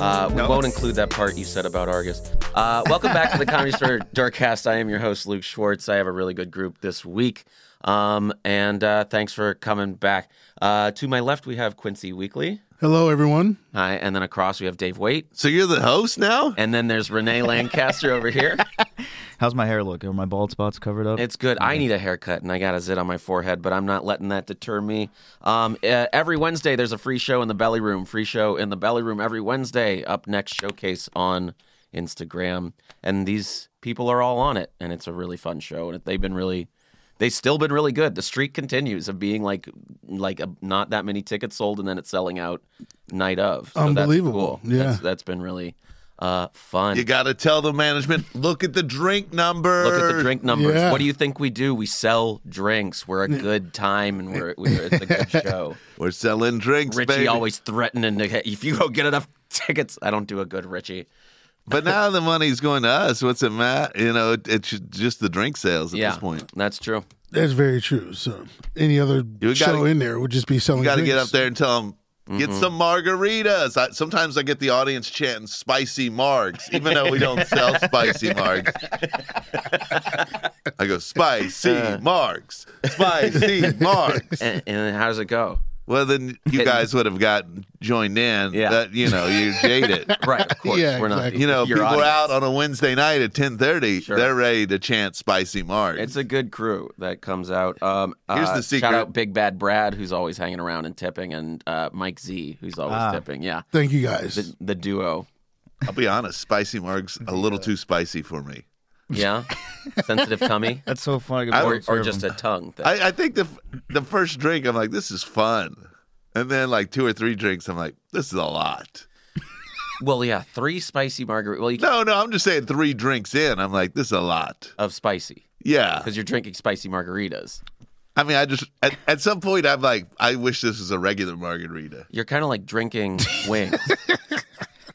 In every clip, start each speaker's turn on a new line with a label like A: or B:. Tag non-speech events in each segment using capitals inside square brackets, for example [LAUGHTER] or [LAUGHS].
A: Uh, we
B: No.
A: won't include that part you said about Argus. Uh, welcome back to the Comedy Store Darkcast. I am your host, Luke Schwartz. I have a really good group this week. Um, and uh, thanks for coming back. Uh, to my left, we have Quincy Weekly.
C: Hello, everyone.
A: Hi. And then across, we have Dave Waite.
B: So you're the host now?
A: And then there's Renee Lancaster over here.
D: How's my hair look? Are my bald spots covered up?
A: It's good. I need a haircut and I got a zit on my forehead, but I'm not letting that deter me. Um, uh, every Wednesday, there's a free show in the belly room. Free show in the belly room every Wednesday. Up next, showcase on Instagram. And these people are all on it. And it's a really fun show. And they've been really. They've still been really good. The streak continues of being like, like a, not that many tickets sold, and then it's selling out night of. So
C: Unbelievable.
A: That's cool.
C: Yeah.
A: that's, that's been really uh, fun.
B: You got to tell the management, look at the drink number.
A: Look at the drink numbers.
C: Yeah.
A: What do you think we do? We sell drinks. We're a good time, and we're, we're it's a
B: [LAUGHS]
A: good show.
B: We're selling drinks,
A: Richie
B: baby.
A: always threatening to get, if you go get enough [LAUGHS] tickets. I don't do a good Richie.
B: But now the money's going to us. What's it matter? You know, it, it's just the drink sales at
A: yeah,
B: this point.
A: that's true.
C: That's very true. So, any other
B: gotta-
C: show in there would just be selling.
B: You got to get
C: drinks.
B: up there and tell them, get
A: Mm-hmm.
B: some margaritas. I, sometimes I get the audience chanting spicy margs, even though we don't sell spicy margs. I go, spicy
A: Uh.
B: margs, spicy margs.
A: And, and how does it
B: [LAUGHS]
A: go?
B: Well, then you guys would have gotten joined in.
A: Yeah.
B: That, you know, you jaded.
A: Right, of course.
C: Yeah,
A: we're not.
C: exactly.
B: You know,
A: your
B: people are
A: audience.
B: out on a Wednesday night at ten thirty.
A: Sure.
B: They're ready to chant spicy marks.
A: It's a good crew that comes out. Um,
B: Here's
A: uh,
B: the
A: Shout
B: secret.
A: out Big Bad Brad, who's always hanging around and tipping, and uh, Mike Z, who's always
D: Ah.
A: tipping. Yeah,
C: Thank you guys.
A: the, the
B: [LAUGHS]
A: duo.
B: I'll be honest, spicy marks a little too spicy for me.
A: Yeah, sensitive tummy,
D: That's so funny.
B: I-
A: or, or just a tongue. Thing.
B: I, I think the f- the first drink, I'm like, this is fun, and then like two or three drinks, I'm like, this is a lot.
A: Well, yeah, three spicy margarita. Well, you can
B: No, no, I'm just saying three drinks in, I'm like, this is a lot.
A: of spicy
B: Yeah,
A: because you're drinking spicy margaritas.
B: I mean, I just at, at some point, I'm like, I wish this was a regular margarita.
A: You're kind of like drinking wings.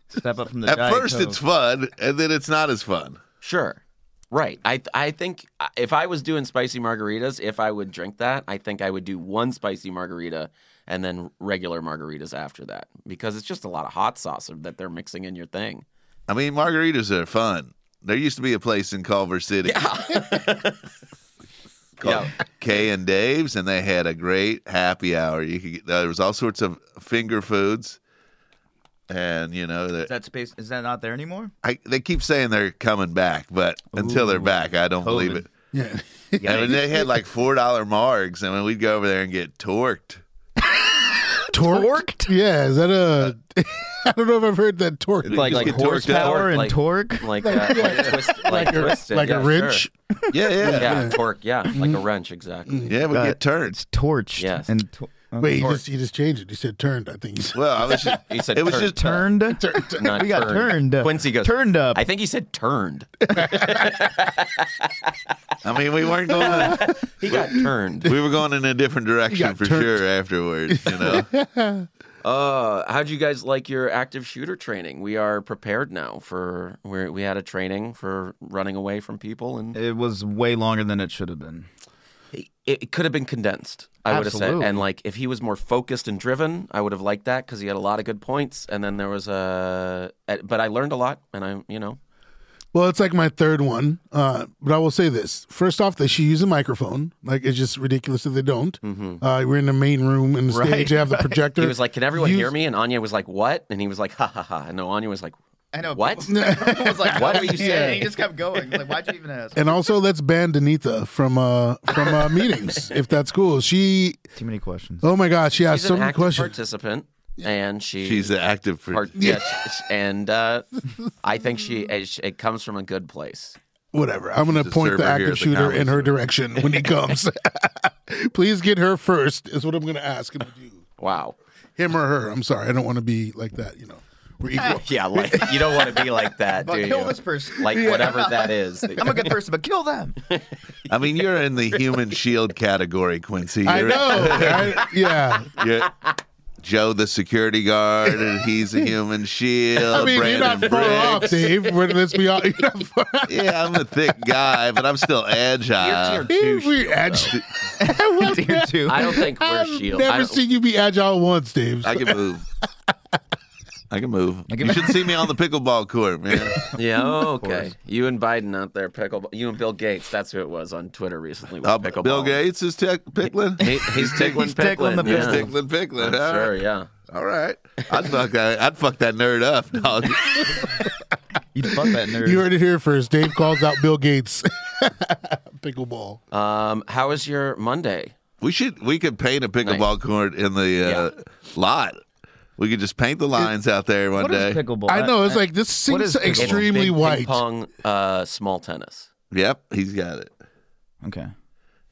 D: step up from the.
B: At
D: Diet
B: first,
D: Coke.
B: it's fun, and then it's not as fun.
A: sure. Right. I I think uh, if I was doing spicy margaritas, if I would drink that, I think I would do one spicy margarita and then regular margaritas after that because it's just a lot of hot sauce that they're mixing in your thing.
B: I mean, margaritas are fun. There used to be a place in Culver City called [LAUGHS] Kay and Dave's, and they had a great happy hour. You could get, there was all sorts of finger foods, and you know
D: Is
B: the,
D: that space is that not there anymore?
B: I, they keep saying they're coming back, but until they're
D: Ooh,
B: back, I don't believe
D: COVID.
B: it. [LAUGHS]
C: yeah.
B: I mean, they had like four dollar margs, and when we'd go over there and get torqued.
C: Torqued? Yeah, is that a? [LAUGHS] I don't know if I've heard that torque. [LAUGHS]
D: Like
B: just
D: like
B: get torqued
D: horsepower
A: out.
D: and
A: Like-
D: torque.
A: Like uh, like twist like,
C: a,
A: twisted,
C: like
A: yeah,
C: a wrench.
A: sure.
B: Yeah, yeah, yeah. Mm-hmm.
A: Yeah, torque, yeah, like a wrench exactly.
B: we
D: Uh,
B: get turned.
D: It's torched.
A: Yes.
D: And uh, to- okay.
C: Wait, you just, you just changed it. You said turned. I think you said
B: Well, I was just,
A: He said
B: it was
A: turn-
B: just
D: turned.
A: Not
D: [LAUGHS] we got
A: turned.
D: turned.
A: Quincy goes
D: turned up.
A: I think he said turned.
B: I mean, we weren't going.
A: He got turned.
B: We were going in a different direction
C: got
B: for
C: turned.
B: sure afterwards. You
C: [LAUGHS]
B: know.
A: Uh, how'd you guys like your active shooter training? We are prepared now for where we had a training for running away from people, and
D: it was way longer than it should have been.
A: it, it could have been condensed. I would have said,
D: Absolutely.
A: and like if he was more focused and driven, I would have liked that because he had a lot of good points. And then there was a, but I learned a lot, and I, you know,
C: Well, it's like my third one, uh, but I will say this: first off, they should use a microphone. Like it's just ridiculous that they don't.
B: Mm-hmm.
C: Uh, we're in the main room and the stage. They have the projector.
A: he was like, "Can everyone
C: Use-
A: hear me?" And Anya was like, "What?" And he was like, "Ha ha ha!" And no, Anya was like,
D: I know.
A: What?
D: I was
A: [LAUGHS]
D: like,
A: What are you saying?
D: just kept going. Like, why'd you even ask?
C: and also let's ban Danitha from uh, from uh, meetings if that's cool. She,
D: Too many questions.
C: oh my gosh, she asked
A: "She's
C: so
A: an
C: many
A: active
C: questions.
A: participant, and she
B: She's an active. Per-
A: part, yeah, she- and uh, I think she it comes from a good place.
C: Whatever. I'm gonna
B: She's a
C: point the
B: server here at
C: active
B: the
C: shooter in
B: Comedy
C: her direction when he comes. Please get her first. Is what I'm gonna ask him to do.
A: Wow.
C: Him or her. I'm sorry. I don't want to be like that. You know, we're equal.
A: Yeah, like you don't want to be like that, do you?
D: person.
A: Like whatever that
D: [LAUGHS]
A: is.
D: I'm a good person, but kill [LAUGHS] them.
B: I mean, you're in the human shield category, Quincy.
C: I
B: You're-
C: know. I- yeah.
B: you're- [LAUGHS] Joe, the security guard, and he's a human shield.
C: I mean, you're
B: Brandon
C: not far off,
B: Briggs.
C: Dave. But let's be honest, you're not far off.
B: [LAUGHS] Yeah, I'm a thick guy, but I'm still agile.
C: If we agile.
D: Tier two.
A: I don't think we're
C: I've
A: shield. I
C: never
A: don't-
C: seen you be agile once, Dave.
B: I can move. I can move.
D: I can-
B: you should see me on the pickleball court, man.
A: Yeah, okay. You and Biden out there pickleball. You and Bill Gates. That's who it was on Twitter recently. With
B: Uh,
A: pickleball.
B: Bill Gates is tec- pickling.
A: He, he's tickling,
D: He's tickling the
A: yeah.
D: pickle.
B: Pickling, pickling.
A: I'm
B: All
A: sure,
B: right.
A: yeah.
B: All right. I'd fuck that. I'd fuck that nerd up, dog.
D: You fuck that nerd.
C: You heard it here first. Dave calls out Bill Gates. [LAUGHS] Pickleball.
A: Um, how was your Monday?
B: we should. We could paint a pickleball court in the uh, lot. We could just paint the lines out there one
D: what
B: day.
D: is pickleball?
C: I know. It's like this
D: What
C: seems
D: is pickleball?
C: extremely
A: Big
C: white.
A: Ping pong, uh, small tennis.
B: yep, he's got it.
D: Okay.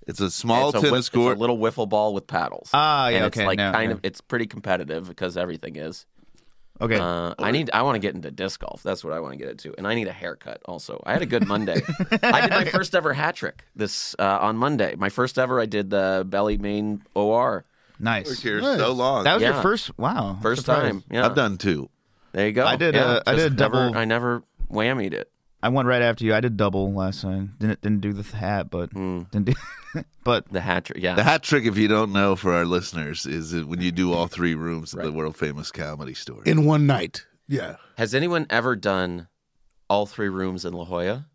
B: It's a small
A: it's a, whiff-
B: tennis court.
A: It's a little wiffle ball with paddles.
D: Ah, yeah,
A: and
D: okay,
A: It's like
D: no,
A: kind
D: yeah.
A: of. It's pretty competitive because everything is.
D: Okay.
A: [LAUGHS] Uh, I need. I want to get into disc golf. That's what I want to get into, and I need a haircut. Also, I had a good
D: [LAUGHS]
A: Monday. I did my first ever hat trick this uh, on Monday. My first ever. I did the belly main OR
D: nice.
B: Worked here
C: Nice.
B: so long.
D: That was
A: Yeah.
D: your first. Wow.
A: first
D: Surprised.
A: time. Yeah,
B: I've done two.
A: There you go.
D: I did,
A: Yeah,
D: uh, I
A: just
D: did
A: never-
D: double-
A: I never whammied it.
D: I went right after you. I did double last time. Didn't didn't do the hat, but
A: Hmm.
D: didn't do. [LAUGHS] but
A: The hat trick. Yeah.
B: The hat trick, if you don't know, for our listeners, is that when you do all three rooms at the world famous comedy store.
C: in one night. Yeah.
A: Has anyone ever done all three rooms in La Jolla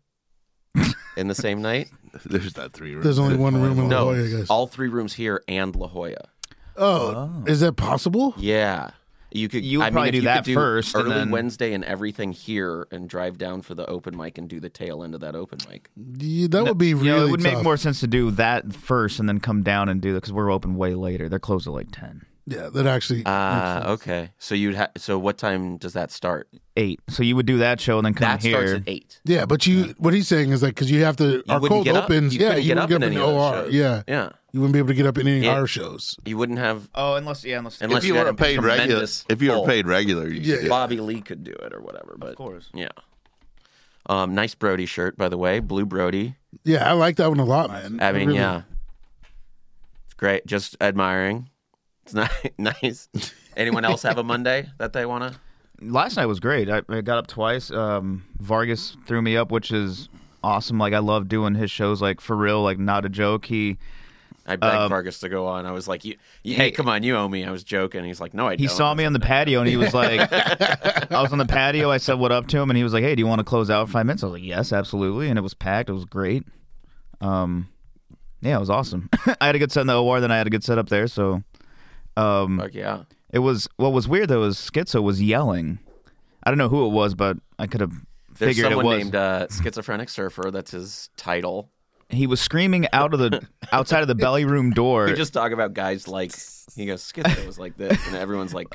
D: [LAUGHS]
A: in the same night?
B: [LAUGHS] There's not three rooms.
C: There's only one room in La
A: No.
C: Jolla, guys.
A: All three rooms here and La Jolla.
C: Oh, is that possible?
A: Yeah. You could.
D: You would
A: I mean,
D: probably
A: if
D: do
A: you
D: that
A: could do
D: first and
A: early
D: then-
A: Wednesday, and everything here, and drive down for the open mic and do the tail end of that open mic.
C: Yeah, that would be really.
D: you know, it would
C: tough.
D: make more sense to do that first and then come down and do that because we're open way later. They're closed at like ten,
C: Yeah, that actually.
A: Ah, okay. So you'd ha- so what time does that start?
D: eight. So you would do that show and then come
A: that
D: here.
A: starts at eight.
C: yeah, but you. What he's saying is like because you have to. our
A: wouldn't
C: cold
A: get up.
C: opens.
A: You
C: yeah,
A: couldn't
C: you
A: get
C: wouldn't
A: up
C: get
A: in
C: up in,
A: any of those
C: OR.
A: shows.
C: Yeah,
A: yeah.
C: you wouldn't be able to get up in any of
A: Yeah.
C: our shows.
A: You wouldn't have
D: Oh, unless yeah, unless,
A: unless
B: If you
A: had
B: were
A: a
B: a paid regular,
A: tremendous
B: if you were
A: pull.
B: paid regular, you
C: Yeah,
B: could
C: yeah.
A: Bobby Lee could do it or whatever. But of
D: course.
A: yeah. Um, nice Brody shirt, by the way, blue Brody.
C: Yeah, I like that one a lot, man.
A: I mean,
C: really-
A: yeah, it's great. Just admiring. It's [LAUGHS] ni- nice. Anyone else have a Monday that they want to?
D: last night was great. I, I got up twice. Um, Vargas threw me up, which is awesome. Like I love doing his shows. Like for real, like not a joke. He
A: I begged
D: Um,
A: Vargas to go on. I was like, you, you- "Hey, come on, you owe me." I was joking. He's like, "No, I
D: he
A: don't."
D: saw me on the patio and he
A: [LAUGHS]
D: was like, I was on the patio. I said what up to him and he was like, Hey, do you want to close out for five minutes? I was like, Yes, absolutely. And it was packed. It was great. Um, yeah, it was awesome. [LAUGHS] I had a good set in the OR, then I had a good set up there. So um,
A: Fuck yeah.
D: it was what was weird though is Schizo was yelling. I don't know who it was, but I could have
A: There's
D: figured it
A: someone
D: was.
A: named uh, schizophrenic surfer. That's his title.
D: he was screaming out
A: [LAUGHS]
D: of the outside of the belly room door.
A: We just talk about guys like he goes schizo was like this, and everyone's
D: [LAUGHS]
A: like,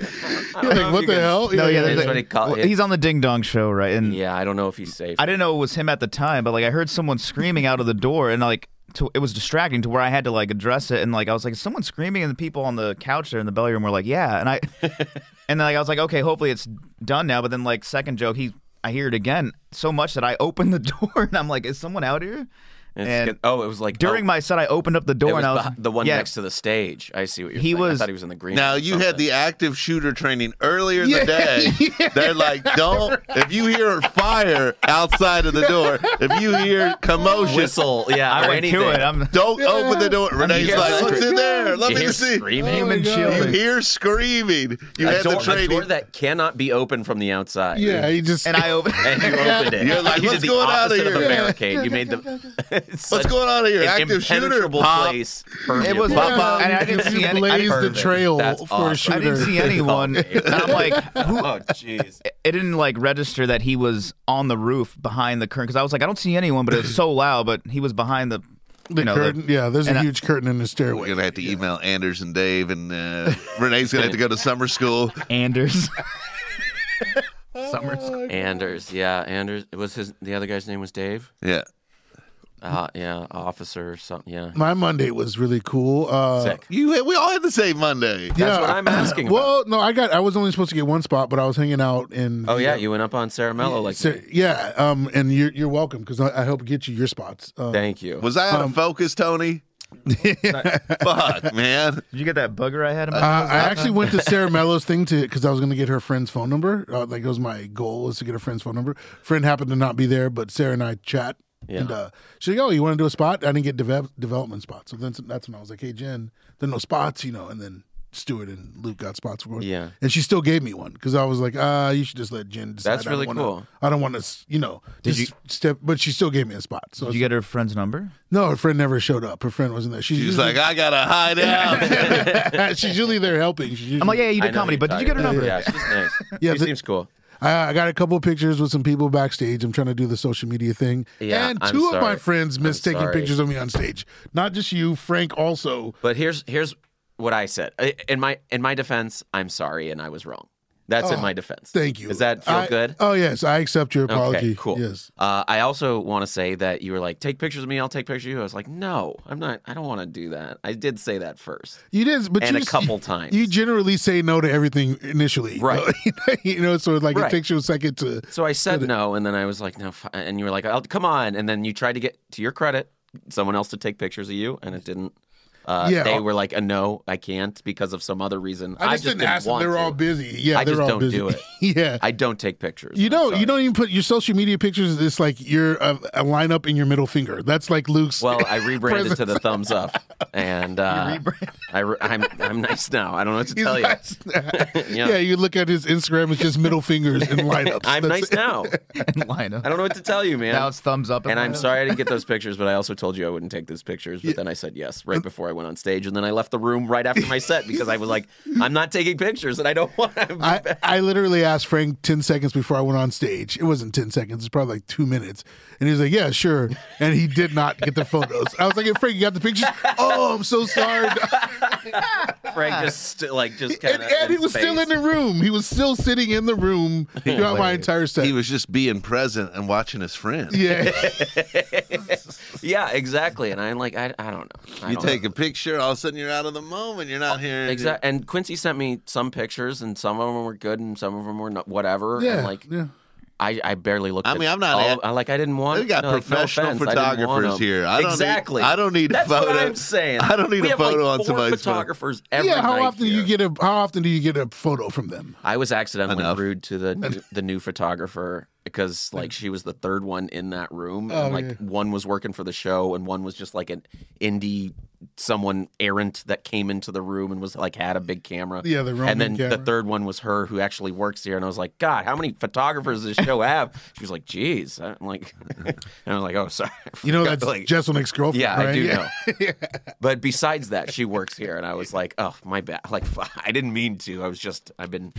A: I don't know
C: [LAUGHS] Like
A: if
C: what
A: you
C: the
A: can-
C: hell?
D: no, yeah,
A: That's
D: there's
A: what he
D: like,
A: call-
D: well, he's on the Ding Dong show, right? And
A: [LAUGHS] Yeah, I don't know if he's safe.
D: I didn't know it was him at the time, but like I heard someone screaming out of the door, and like to, it was distracting to where I had to like address it, and like I was like, "Is someone screaming, and the people on the couch there in the belly room were like,
A: [LAUGHS]
D: yeah, and I, and then like I was like, okay, hopefully it's done now, but then like second joke, he, I hear it again so much that I open the [LAUGHS] door, and I'm like, is someone out here?
A: And
D: And
A: schiz- oh, it was like
D: during
A: oh,
D: my set, I opened up the door,
A: it was
D: and I was
A: behi- the one
D: yeah,
A: next to the stage. I see what you're
D: He
A: saying.
D: was-
A: I thought he was in the green.
B: Now
A: room or
B: you had
A: something.
B: the active shooter training earlier in the day. They're like, don't if you hear fire outside of the door, if you hear commotion,
A: whistle. [LAUGHS] Yeah,
D: I
A: or
D: went
A: anything.
D: to it. I'm
B: don't open the door. Renee's
A: hear
B: like,
A: scream-
B: what's in there? Let
A: You
B: me
A: hear
B: see.
A: screaming.
D: human
C: "Oh God.
B: You
D: shielding.
B: hear screaming. You
A: a,
B: had
A: door,
B: the
A: a door
B: training.
A: that cannot be opened from the outside.
C: [LAUGHS] Yeah, he just.
A: [LAUGHS]
D: and I open.
A: And you opened it. Uh,
B: You're like,
A: you
B: "What's
A: did the
B: going on
A: opposite of
B: here?"
A: a barricade. you made [LAUGHS] the
B: What's going on here?
A: An
B: Active shooter.
A: impenetrable
B: Pop.
A: place. permeable.
D: It was
B: Pop,
A: [LAUGHS]
B: pop.
D: and I didn't see any. I
C: blaze
D: didn't-
C: the
A: Perfect.
C: trail
A: That's
C: for a
A: awesome.
C: shooter.
D: [LAUGHS] I
A: [LAUGHS]
D: didn't see anyone.
A: Dave.
D: And I'm like, who?
A: Oh jeez.
D: It didn't like register that he was on the roof behind the curtain because I was like, I don't see anyone, but it's [LAUGHS] so loud. But he was behind the, you
C: the
D: know, the-
C: curtain. yeah, there's
D: and
C: a
D: I-
C: huge curtain in the
B: We're
C: stairway.
B: gonna have to email Anders and Dave, and uh, Renee's gonna
A: [LAUGHS]
B: have to go to summer school.
D: Anders. Summers.
A: Anders. Yeah, Anders. It was his. The other guy's name was Dave.
B: Yeah,
A: Uh, yeah, officer or something. Yeah.
C: My Monday was really cool. Uh,
A: Sick.
B: you. had- We all had the same Monday.
C: Yeah.
A: That's what I'm asking. about.
C: Well, no, I got. I was only supposed to get one spot, but I was hanging out in.
A: Oh
C: the,
A: yeah,
C: uh,
A: you went up on Sarah Mello like.
C: so- yeah. Um, and you're you're welcome because I, I help get you your spots. Uh,
A: Thank you.
B: Was I out of focus, Tony? Fuck, man.
D: [LAUGHS] Did you get that bugger I had? In my
C: Uh, I actually went to
A: [LAUGHS]
C: Sarah Mello's thing to because I was going to get her friend's phone number. Uh, like it was my goal was to get her friend's phone number. Friend happened to not be there, but Sarah and I chat.
A: Yeah.
C: And uh, she's like, "Oh, you want to do a spot?" I didn't get develop development spots, so then that's when I was like, "Hey, Jen, there are no spots, you know." And then Stewart and Luke got spots for.
A: Yeah.
C: and she still gave me one because I was like, ah, you should just let Jen. Decide.
A: That's
C: I don't
A: really
C: wanna-
A: cool.
C: I don't want to, you know,
D: Did
C: just step. But she still gave me a spot. So
D: Did you
C: it's-
D: get her friend's number?
C: no, her friend never showed up. Her friend wasn't there. She's,
B: She's
C: usually,
B: like, I gotta hide out.
C: [LAUGHS] she's usually there helping. She's usually,
D: I'm like, yeah, you
A: I
D: did
A: know
D: comedy,
A: who
D: but
A: you're
D: did you get her
A: talking
D: number?
A: about. Yeah, she's
D: [LAUGHS]
A: nice.
C: Yeah,
A: she
C: the-
A: seems cool.
C: I, I got a couple of pictures with some people backstage. I'm trying to do the social media thing.
A: Yeah,
C: and
A: I'm
C: 2 of my
A: sorry.
C: friends missed
A: I'm
C: taking
A: sorry.
C: pictures of me on stage. Not just you, Frank also.
A: But here's here's what I said. I- In my in my defense, I'm sorry and I was wrong. That's
D: Oh,
A: in my defense.
C: Thank you.
A: Does that feel
C: I-
A: good?
C: Oh yes, I accept your apology.
A: Okay, cool.
C: Yes.
A: Uh, I also want to say that you were like, take pictures of me, I'll take pictures of you. I was like, no, I'm not. I don't want to do that. I did say that first.
C: You did, but
A: And
C: you
A: a
C: just-
A: couple times.
C: You generally say no to everything initially, [LAUGHS]
A: Right.
C: you know, so like
A: Right.
C: it takes you a second to.
A: So I said no, and then I was like, no, fi-, and you were like, oh, come on, and then you tried to get to your credit someone else to take pictures of you, and it didn't. Uh,
C: Yeah.
A: they were like, a no, I can't because of some other reason.
C: I just, didn't ask them.
A: want
C: They were
A: to.
C: all busy. Yeah,
A: I
C: they were
A: just
C: all
A: don't
C: busy.
A: do it.
C: [LAUGHS] yeah.
A: I don't take pictures.
C: you
A: I'm
C: don't.
A: sorry.
C: You don't even put your social media pictures. It's like you're a, a line up in your middle finger. That's like Luke's.
A: Well,
C: [LAUGHS]
A: I rebranded to the thumbs up, and uh, I re- I'm I'm nice now. I don't know what to
C: He's
A: tell you.
C: nice now.
A: [LAUGHS] Yeah.
C: yeah. you look at his Instagram, it's just middle fingers and lineups.
A: [LAUGHS] I'm nice
C: That's it.
A: now.
D: [LAUGHS] And line up.
A: I don't know what to tell you, man.
D: Now it's thumbs up.
A: and
D: line
A: I'm
D: up.
A: sorry I
C: [LAUGHS]
A: didn't get those pictures, but I also told you I wouldn't take those pictures. But then I said yes right before I went on stage, and then I left the room right after my set because I was like, I'm not taking pictures, and I don't want. to.
C: [LAUGHS] I, I literally asked Frank 10 seconds before I went on stage. It wasn't 10 seconds, it's probably like two minutes. And he was like, Yeah, sure. And he did not get the photos. I was like, hey, Frank, you got the pictures? Oh, I'm
A: [LAUGHS]
C: so sorry.
A: Frank just st- like just kind
C: And,
A: of.
C: and he was still in the room. He was still sitting in the room
A: [LAUGHS]
C: throughout my entire set.
B: he was just being present and watching his
C: [LAUGHS]
B: friend.
C: yeah.
A: [LAUGHS] Yeah, exactly. And I'm like, I, I don't know. I
B: You
A: don't
B: take a picture, all of a sudden you're out of the moment. You're not here.
A: Exactly. And Quincy sent me some pictures, and some of them were good, and some of them were not, whatever.
C: Yeah.
A: And like,
C: yeah.
A: I, I barely looked.
B: I
A: at
B: mean, I'm not
A: all-
B: at-
A: I- like I didn't want.
B: We got
A: no, like, no
B: professional
A: offense, I didn't want
B: photographers
A: them.
B: here. I don't
A: exactly.
B: Need, I don't need
A: That's
B: a photo.
A: what I'm saying.
B: I don't need
A: we
B: a photo
A: have like
B: on
A: four
B: somebody's phone.
A: photographers every
C: Yeah, how
A: night
C: often do
A: here.
C: you get a how often do you get a photo from them?
A: I was accidentally
B: Enough.
A: rude to
B: [LAUGHS]
A: the the new photographer because like she was the third one in that room,
C: Oh,
A: and like
C: yeah.
A: one was working for the show, and one was just like an indie someone errant that came into the room and was like had a big camera.
C: Yeah, the roaming
A: and then the
C: camera.
A: third one was her who actually works here, and I was like, God, how many photographers does this show have? She was like, Geez, I'm like, [LAUGHS] and I was like, Oh, sorry, [LAUGHS]
C: You know that's
A: like.
C: Jessel's ex girlfriend.
A: Yeah,
C: right?
A: I do
C: [LAUGHS]
A: know. But besides that, she works here, and I was like, oh my bad. [LAUGHS] Like f- I didn't mean to. I was just I've
C: [LAUGHS]
A: been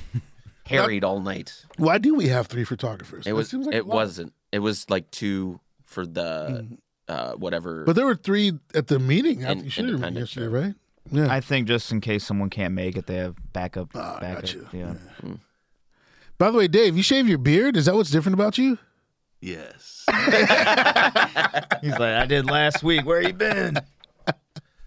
A: harried all night.
C: Why do we have three photographers?
A: It was. It,
C: a lot. Mm.
A: wasn't. It was like two for the uh, whatever.
C: But there were three at the meeting.
A: An
C: after you should have been
A: independent
C: yesterday,
A: show.
C: right? Yeah.
D: I think just in case someone can't make it, they have backup. backup.
C: gotcha.
D: Yeah.
C: By the way, Dave, you shave your beard. Is that what's different about you?
B: Yes.
D: [LAUGHS] He's like, I did last week. Where you been?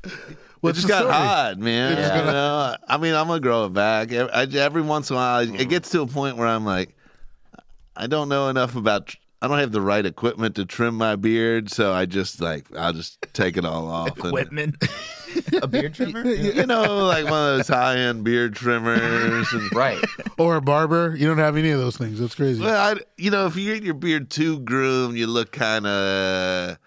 B: It just got hot, man.
A: just
B: You know, I mean, I'm gonna grow it back. Ev- I, every once in a while, it gets to a point where I'm like, I don't know enough about. tr- I don't have the right equipment to trim my beard, so I just like I'll just take it all off. And,
D: [LAUGHS] Whitman. [LAUGHS] a beard [LAUGHS] trimmer?
B: [LAUGHS] you know, like one of those high-end beard
A: [LAUGHS]
B: trimmers. And,
A: right.
C: Or a barber. You don't have any of those things. That's crazy.
B: well, I, you know, if you get your beard too groomed, you look kind of,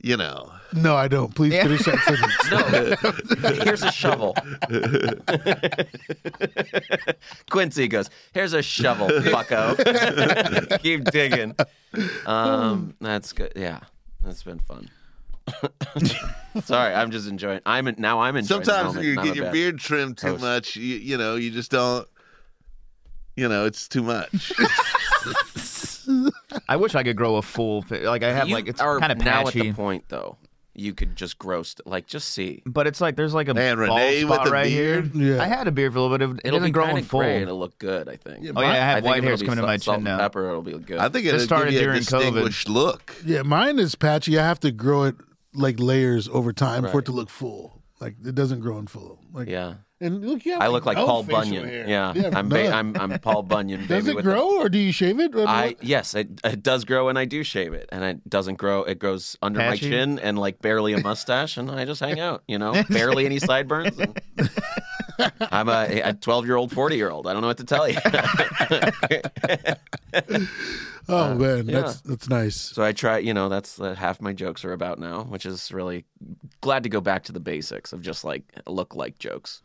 B: you know.
C: no, I don't. Please
D: Yeah.
C: finish that
A: [LAUGHS]
C: sentence.
A: No. Here's a shovel. [LAUGHS] Quincy goes. Here's a shovel, fucko. [LAUGHS] Keep digging. Um, that's good. Yeah, that's been fun. [LAUGHS] Sorry, I'm just enjoying. I'm in, now. I'm enjoying. the moment,
B: Sometimes when you
A: not
B: get
A: a
B: your
A: bad-
B: beard trimmed too
A: Gross.
B: much, you, you know, you just don't. You know, it's
A: [LAUGHS]
B: too much.
D: I wish I could grow a full. fi- Like I have,
A: you
D: like it's
A: are
D: kind of
A: now at
D: patchy.
A: the point though. You could just gross, like just see.
D: But it's like there's like a
B: Man,
D: bald
B: Renee with
D: spot
B: the
D: right
B: beard?
D: here.
C: Yeah.
D: I had a beard for a little bit. It, it
A: It'll
D: didn't
A: be
D: grow
A: kinda
D: in full.
A: Gray. It'll look good, I think.
D: oh yeah, I have
A: think
D: white
A: it'll
D: hairs
A: be
D: coming to
A: salt-
D: my
A: salt
D: chin
A: and
D: now.
A: Pepper, it'll be good.
B: I think
D: This
B: it'll give
D: started
B: you a
D: during COVID.
B: distinguished look.
C: Yeah, mine is patchy. I have to grow it like layers over time for it to look full. Like it doesn't grow in full. Like
A: yeah,
C: And look, you have,
A: I look like
C: no
A: Paul
C: facial
A: Bunyan.
C: hair.
A: Yeah,
C: You have
A: I'm, ba-
C: none.
A: I'm I'm Paul Bunyan.
C: [LAUGHS] Does
A: baby,
C: it
A: with
C: grow or do you shave it?
A: The- I yes, it, it does grow, and I do shave it, and it doesn't grow. It grows under
D: Patchy?
A: my
C: [LAUGHS]
A: chin and like barely a mustache, and I just hang out. You know, barely any sideburns. and- I'm a, a 12 year old, 40 year old. I don't know what to tell
C: [LAUGHS]
A: you.
C: Oh
A: uh,
C: man, that's that's nice.
A: so I try, you know, that's uh, half my jokes are about now, which is really glad to go back to the basics of just like look like jokes.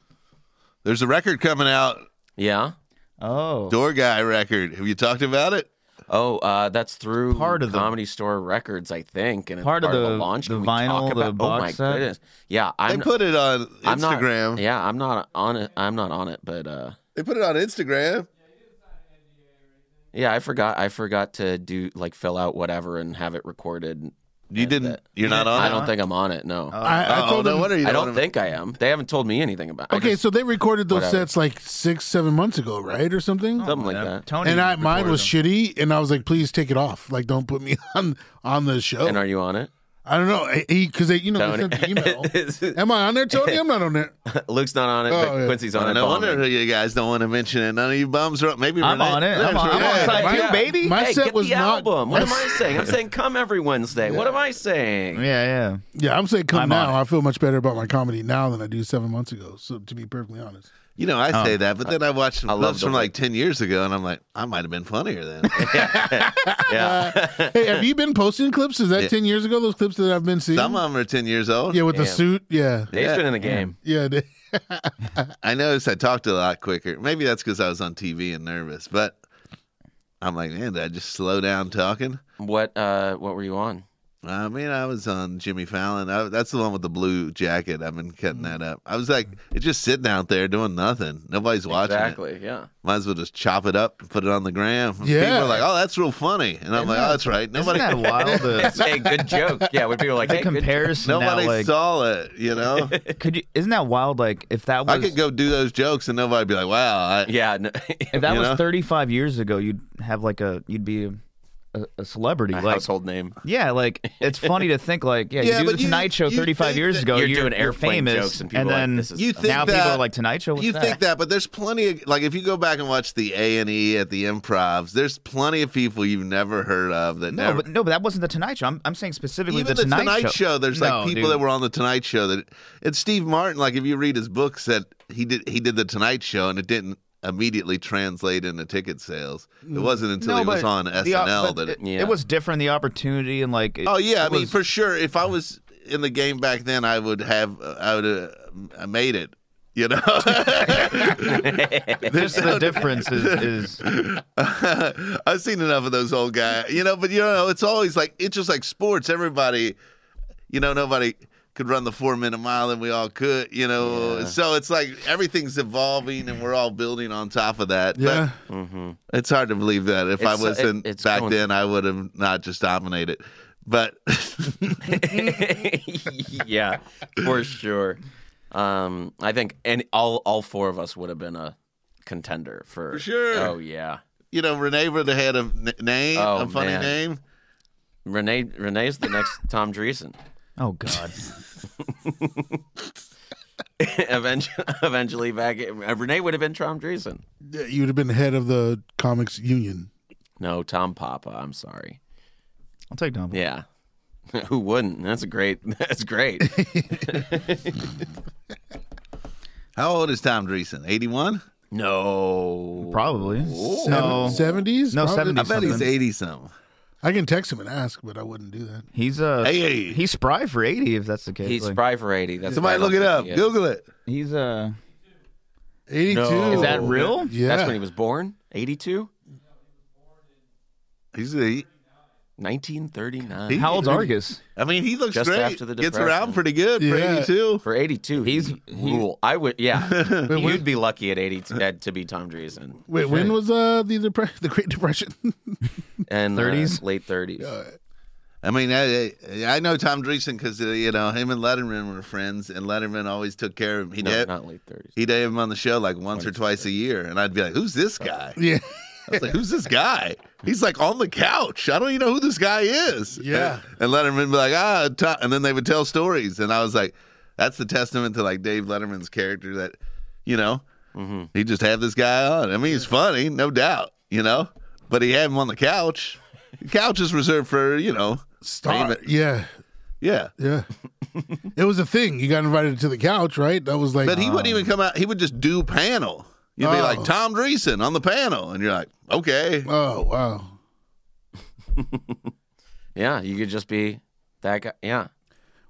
B: There's a record coming out,
A: Yeah.
D: Oh.
B: Door Guy record. Have you talked about it?
A: Oh, uh, that's through
D: Part of the-
A: Comedy Store Records, I think, and it's
D: Part of the-
A: launch.
D: the
A: Can we
D: vinyl,
A: talk
D: the
A: about, oh my
D: box set?
A: goodness, yeah,
B: They
A: I'm,
B: put it on
A: I'm not-
B: Instagram.
A: yeah, I'm not on it. I'm not on it, but uh,
B: They put it on Instagram.
A: yeah, I forgot. I forgot to do like fill out whatever and have it recorded.
B: You didn't. You're not on.
A: uh, I
B: it?
A: don't think I'm on it. No,
C: I, I
B: Oh,
C: told
B: no
C: them.
B: wonder Uh-huh. you
A: I don't
B: wanna-
A: think I am. They haven't told me anything about. I
C: okay,
A: just-
C: so they recorded those
A: Whatever.
C: sets like six, seven months ago, right, or something.
A: something like
D: Yeah,
A: that.
D: Tony
C: and I, mine
D: recorded
C: was
D: them.
C: shitty, and I was like, "Please take it off. Like, don't put me [LAUGHS] on on the show."
A: And are you on it?
C: I don't know. I- He because they, you know, they sent
A: [LAUGHS]
C: the email.
A: Tony,
C: Am I on there, Tony? I'm not on there.
A: Luke's not on it.
C: Oh,
A: but
C: yeah.
A: Quincy's on it.
B: No
A: bombing.
B: wonder who you guys don't want to mention it. None of you bums are up. Maybe
D: I'm
B: Renee-
D: on it. I'm on, I'm
B: Yeah.
D: on side
C: my-
D: two, baby.
C: my-
A: Hey,
C: set
A: get
C: was
A: the
C: not-
A: album. What am I saying? I'm saying come every Wednesday. What am I saying?
D: yeah, yeah.
C: Yeah, I'm saying come
D: I'm on
C: now. I feel much better about my comedy now than I do seven months ago. So to be perfectly honest,
B: You know, I say that, but then I watched some
A: Oh. I love
B: clips
A: the
B: from
A: way-
B: like ten years ago, and I'm like, I might have been funnier
A: [LAUGHS]
B: then.
A: Yeah.
C: Uh, hey, have you been posting clips? Is that
B: Yeah.
C: ten years ago? Those clips that I've been seeing.
B: Some of them are ten years old.
C: yeah, with the
A: Damn.
C: suit. Yeah,
A: Dave's been in the game.
C: yeah. they-
B: I noticed I talked a lot quicker. Maybe that's because I was on TV and nervous, but I'm like, man, did I just slow down talking?
A: What uh what were you on?
B: I mean, I was on Jimmy Fallon. I, that's the one with the blue jacket. I've been cutting that up. I was like, it's just sitting out there doing nothing. Nobody's watching it.
A: Exactly. Yeah.
B: Might as well just chop it up and put it on the gram. And
C: Yeah.
B: People are like, oh, that's real funny. And I'm like, oh, that's right.
D: Isn't
B: Nobody [LAUGHS]
D: that wild? uh, The,
A: hey, good joke. Yeah, when people are like,
D: the
A: hey, good joke.
D: comparison
B: nobody
D: now, like,
B: saw it,
D: [LAUGHS]
B: you know?
D: could you? Isn't that wild? Like, if that was,
B: I could go do those jokes and nobody'd be like, wow. I,
A: [LAUGHS] Yeah. [LAUGHS] No,
D: if that
B: you
D: was
B: know?
D: 35 years ago, you'd have like a, you'd be a, a, a celebrity. like,
A: household name.
D: yeah, like it's funny to think, like, yeah,
B: Yeah,
D: you do
B: but
D: the
B: you-
D: Tonight Show
B: you
D: 35
B: think
D: years
B: that-
D: ago,
A: You're
D: you're
A: doing airplane
D: famous,
A: jokes and people are like,
D: then
A: this is
B: You
A: dumb.
B: think
D: now
B: that,
D: people are like, Tonight Show. What's
B: you
D: that?
B: think that, but there's plenty of like if you go back and watch the A and E at the Improvs, there's plenty of people you've never heard of that
D: No,
B: never.
D: but no, but that wasn't the Tonight Show. I'm, I'm saying specifically
B: even
D: the,
B: the Tonight, Show. there's
D: No,
B: like people
D: dude.
B: that were on the Tonight Show that it's Steve Martin. Like if you read his books, that he did he did the Tonight Show and it didn't immediately translate into ticket sales. It wasn't until he was
D: Mm, but
B: on
D: the- uh,
B: SNL
D: but
B: that it.
A: Yeah.
D: it was different. The opportunity and like, it-
B: Oh yeah, I
D: it
B: mean
D: was-
B: for [LAUGHS] sure. If I was in the game back then, I would have uh, I would have I made it. You
D: [LAUGHS]
B: know, [LAUGHS]
D: just the difference is, is
B: [LAUGHS] I've seen enough of those old guys, you know. But you know, it's always like it's just like sports. Everybody, you know, nobody could run the four minute mile, and we all could, you know.
A: Yeah.
B: So it's like everything's evolving, and we're all building on top of that.
C: yeah.
A: Mm-hmm.
B: But it's hard to believe that if I
A: It's- uh,
B: wasn't
A: it- it's
B: back
A: going-
B: then, I would have not just dominated. But [LAUGHS]
A: [LAUGHS] yeah, for sure. Um, I think and all all four of us would have been a contender for,
B: For sure.
A: Oh yeah,
B: you know, Renee would have had a n- name,
A: Oh,
B: a funny
A: man.
B: name.
A: Renee Renee's the
B: [LAUGHS]
A: next Tom Dreesen.
D: oh god.
A: [LAUGHS] eventually, eventually back uh, Renee would have been Tom Dreesen.
C: Yeah, you would have been head of the comics union.
A: No, Tom Papa. I'm sorry.
D: I'll take Tom.
A: Yeah. [LAUGHS] Who wouldn't? That's a great. [LAUGHS] That's great.
B: How old is Tom Dreesen? Eighty one.
A: no.
D: Probably.
C: No,
D: No.
C: seventies.
D: No, 70s.
B: I bet he's
D: Something.
B: eighty something.
C: I can text him and ask, but I wouldn't do that.
D: He's uh
B: Hey, hey.
D: he's spry for 80 if that's the case.
A: He's
D: Like,
A: spry for eighty. That's
B: Somebody
A: why I
B: look it
A: don't
B: up.
A: think he is.
B: Google it.
D: he's uh
C: Eighty-two.
A: No.
D: Is
B: Oh,
D: that real?
C: Yeah.
A: That's when he was born. 82?
B: He's a,
A: 1939.
B: He-
D: How old's Argus?
B: I mean, he looks
A: Just
B: great.
A: after the
B: Gets
A: Depression.
B: around pretty good for
C: Yeah.
B: 82.
A: for 82, he's
D: He's- he-
A: rule. I would, yeah.
C: when-
A: You'd be lucky at 80 to, at- to be Tom Dreesen.
C: Wait, when was uh, the depre- [LAUGHS] the Great Depression? Uh,
A: And uh,
D: 30s?
A: late 30s.
B: I mean, I, I know Tom Dreesen because, you know, him and Letterman were friends, and Letterman always took care of him. He'd,
A: no,
B: have,
A: not late 30s.
B: he'd have him on the show like once or twice a year, and I'd be like, who's
A: Uh,
B: this guy?
C: yeah,
B: I was like, who's this guy? He's like on the couch. I don't even know who this guy is.
C: Yeah.
B: And, and Letterman would be like, ah, Tom. and then they would tell stories. And I was like, that's the testament to like Dave Letterman's character that, you know,
C: Mm-hmm.
B: he just had this guy on. I mean, he's funny, no doubt, you know, but he had him on the couch. The couch is reserved for, you know,
C: star.
B: Famous.
C: Yeah,
B: yeah.
C: yeah. It was a thing. You got invited to the couch, right? That was like uh,
B: But he wouldn't even come out. He would just do panel. You'd be
C: Um. Oh.
B: like Tom Dreesen on the panel, and you're like,
C: [LAUGHS]
B: okay,
C: Oh wow.
A: Yeah, you could just be that guy. Yeah.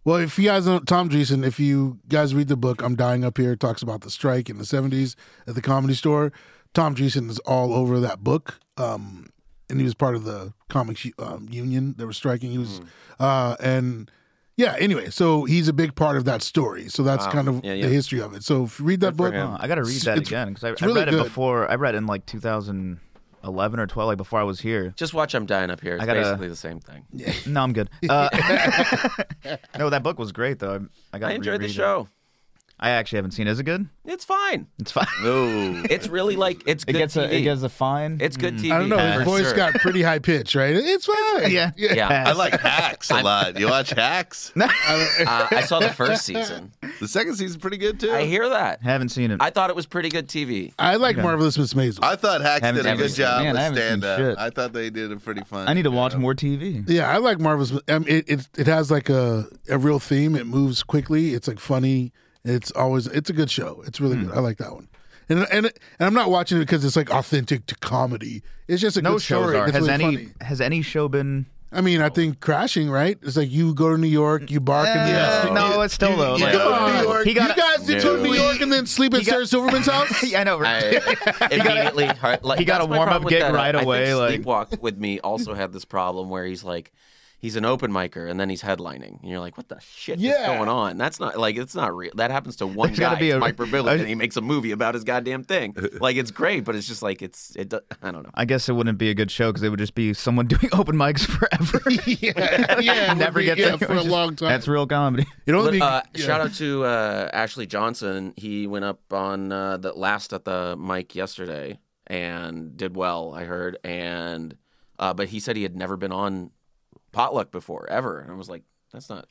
C: Well, if you guys know Tom Dreesen, if you guys read the book "I'm Dying Up Here," it talks about the strike in the '70s at the Comedy Store. Tom Dreesen is all over that book, um, and he was part of the comics um, union that was striking. He was,
A: Mm-hmm.
C: uh, and yeah. Anyway, so he's a big part of that story. So that's kind of
A: Yeah, yeah.
C: the history of it. So if you read that book,
A: him.
D: Huh, I got to read
C: It's-
D: that
C: it's-
D: again because I,
C: it's
D: I
C: really
D: read it
C: good.
D: before. I read it in like 2011 or 12, like before I was here.
A: Just watch I'm Dying Up Here. It's
D: I gotta-
A: basically the same thing.
D: No, I'm good. Uh, [LAUGHS] no, that book was great though. I, I got
A: I enjoyed the
D: reread it.
A: show.
D: I actually haven't seen. it. Is it good?
A: It's fine.
D: It's fine.
B: no.
A: It's really like it's
D: It
A: good
D: gets
A: TV.
D: [LAUGHS] a it gets a fine.
A: it's good TV.
C: I don't know.
A: for
C: His voice
A: sure.
C: got pretty high pitch, right? It's [LAUGHS] fine.
D: [LAUGHS] yeah.
A: Yeah.
B: I like Hacks a lot. You watch Hacks?
A: Uh, I saw the first season.
B: The second season's pretty good too.
A: I hear that.
D: Haven't seen it.
A: I thought it was pretty good TV.
C: I like marvelous Miss Maisel.
B: I thought Hacks
D: Haven't
B: did a
D: seen
B: good
D: it.
B: job
D: Man, I
B: with
D: haven't seen
B: stand up.
D: shit.
B: I thought they did a pretty fun.
D: I need to
B: you
D: watch
B: know.
D: more TV.
C: Yeah, I like Marvel's. I mean, it, it it has like a a real theme. It moves quickly. It's like funny. It's always it's a good show. It's
D: Hmm.
C: really good. I like that one. And and and I'm not watching it because it's like authentic to comedy. It's just a
D: No
C: good
D: shows
C: story.
D: are.
C: It's
D: Has
C: really
D: any
C: funny.
D: has any show been?
C: I mean, I think crashing. Right? It's like you go to New York, you bark in the
D: Eh,
C: ass.
D: no, it's still though.
B: you
D: like-
B: go to
D: Come
B: New
D: on.
B: York,
D: He got.
C: uh, you
D: [LAUGHS]
C: guys did go to New
B: No.
C: York and then sleep at
D: got-
C: Sarah Silverman's
D: [LAUGHS]
C: house.
D: I know.
A: I immediately heart, like,
D: he got
A: that's
D: a
A: my
D: warm-up
A: problem with
D: gig
A: that.
D: right
A: I think
D: away, like-
A: Sleepwalk with me also had this problem where he's like, he's an open micer and then he's headlining, and you're like, what the shit is
C: Yeah.
A: going on? That's not like it's not real. That happens to one
D: There's
A: guy,
D: gotta be
A: it's
D: a-
A: Mike Birbiglia,
D: I-
A: and he makes a movie about his goddamn
D: [LAUGHS]
A: thing. Like it's great, but it's just like it's it. do- I don't know.
D: I guess it wouldn't be a good show because it would just be someone [LAUGHS] doing open mics forever.
C: [LAUGHS] yeah, [LAUGHS] yeah, it would
D: Never
C: be-
D: gets
C: yeah,
D: anywhere.
C: for a
D: [LAUGHS] Just-
C: long time.
D: That's real comedy. [LAUGHS]
C: it only be,
A: uh,
C: yeah.
A: Shout out to uh, Ashley Johnson. He went up on uh, the last at the mic yesterday and did well, I heard. And uh, but he said he had never been on potluck before ever, and I was like, that's not.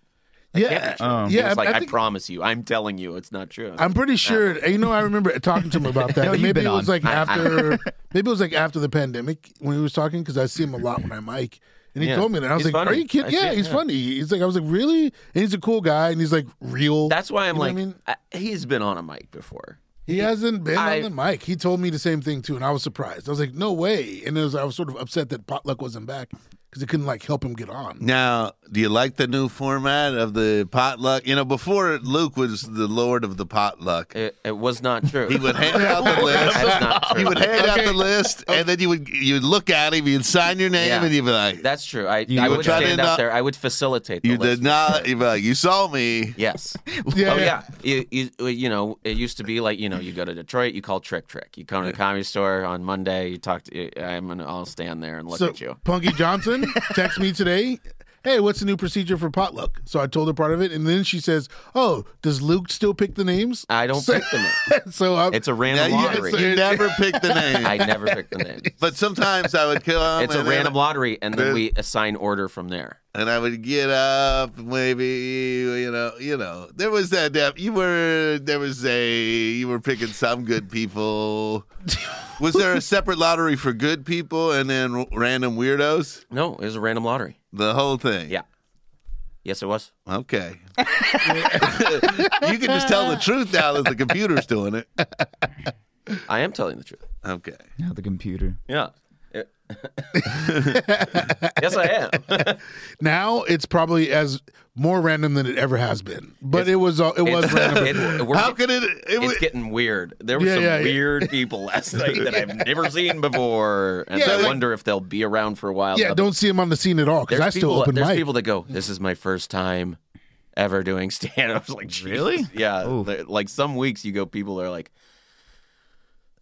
A: That can't be
C: yeah,
A: true.
D: um,
A: He
C: yeah,
A: was
C: I-
A: like,
C: I
A: I,
C: think-
A: promise you, I'm telling you, it's not true.
C: I'm pretty sure. You know, I remember talking to him
A: [LAUGHS]
C: about that.
D: No,
C: And
D: you've
C: maybe
D: been
C: it was
D: on.
C: like after, maybe it was like after the pandemic when he was talking because I see him a lot when I mic, and he
A: Yeah.
C: told me that I was
A: He's
C: like, "Are
A: funny.
C: you kidding?
A: I see
C: Yeah,
A: it,
C: he's
A: yeah.
C: funny." He's like, "I was like, really?" And he's a cool guy, and he's like real.
A: that's why I'm
C: You know what
A: like,
C: I mean?
A: I- he's been on a mic before.
C: he hasn't been
A: I-
C: on the mic. He told me the same thing too, and I was surprised. I was like, "No way!" And it was, I was sort of upset that potluck wasn't back because it couldn't like help him
A: [LAUGHS]
C: get on.
B: Now, do you like the new format of the potluck? You know, before Luke was the lord of the potluck.
A: It, it was not true.
B: He would hand out the list.
A: that's not
B: He
A: true.
B: would hand out the list, and then you would you would look at him, you'd sign your name,
A: Yeah.
B: and you'd be like,
A: [LAUGHS] That's true. I,
D: You
A: I
D: would
A: would
B: try to
A: stand
B: end
A: out
B: up-
A: there. I would facilitate. The
B: "You
A: list.
B: did not." You'd be like, "You saw me."
A: Yes.
C: Yeah,
A: oh yeah. You, you you know it used to be like you know you go to Detroit, you call Trick Trick. You come to the comedy store on Monday, you talk to. I'm gonna I'll stand there and look
C: So
A: at you. [LAUGHS]
C: Punky Johnson texts me today. Hey, what's the new procedure for potluck? So I told her part of it, and then she says, "Oh, does Luke still pick the names?"
A: I don't pick the name.
C: [LAUGHS] so uh, I'm,
A: It's a
B: Now,
A: random
B: you-
A: lottery.
B: you, never pick
A: [LAUGHS]
B: the name,
A: I never pick the name.
B: but sometimes I would kill him.
A: It's a
B: and then-
A: random lottery, and then
B: There's-
A: we assign order from there.
B: and I would get up, maybe you know, you know, there was that def- you were there was a you were picking some
A: [LAUGHS]
B: good people. Was there a separate lottery for good people and then r- random weirdos?
A: No, it was a random lottery.
B: The whole thing.
A: Yeah. Yes, it was.
B: Okay. [LAUGHS] you can just tell the truth now that the computer's doing it.
A: I am telling the truth.
B: Okay.
D: Now the computer.
A: Yeah. It- [LAUGHS] yes, I am.
C: now it's probably as more random than it ever has been. But
A: It's- [LAUGHS]
C: it was uh, it was random.
A: It- we're-
B: How could it? it
A: it's
B: was,
A: getting weird. There were
C: Yeah,
A: some
C: yeah, yeah.
A: weird people last night that
C: [LAUGHS]
A: I've never seen before, and
C: Yeah,
A: I
C: like-
A: wonder if they'll be around for a while.
C: yeah,
A: But
C: don't see him on the scene at all because
A: There's
C: I still
A: people.
C: open
A: there's
C: mic.
A: people that go, "This is my first time ever doing [LAUGHS] stand up." Like, Jesus.
D: Really?
A: Yeah.
D: Ooh.
A: They're- Like some weeks, you go, people are like,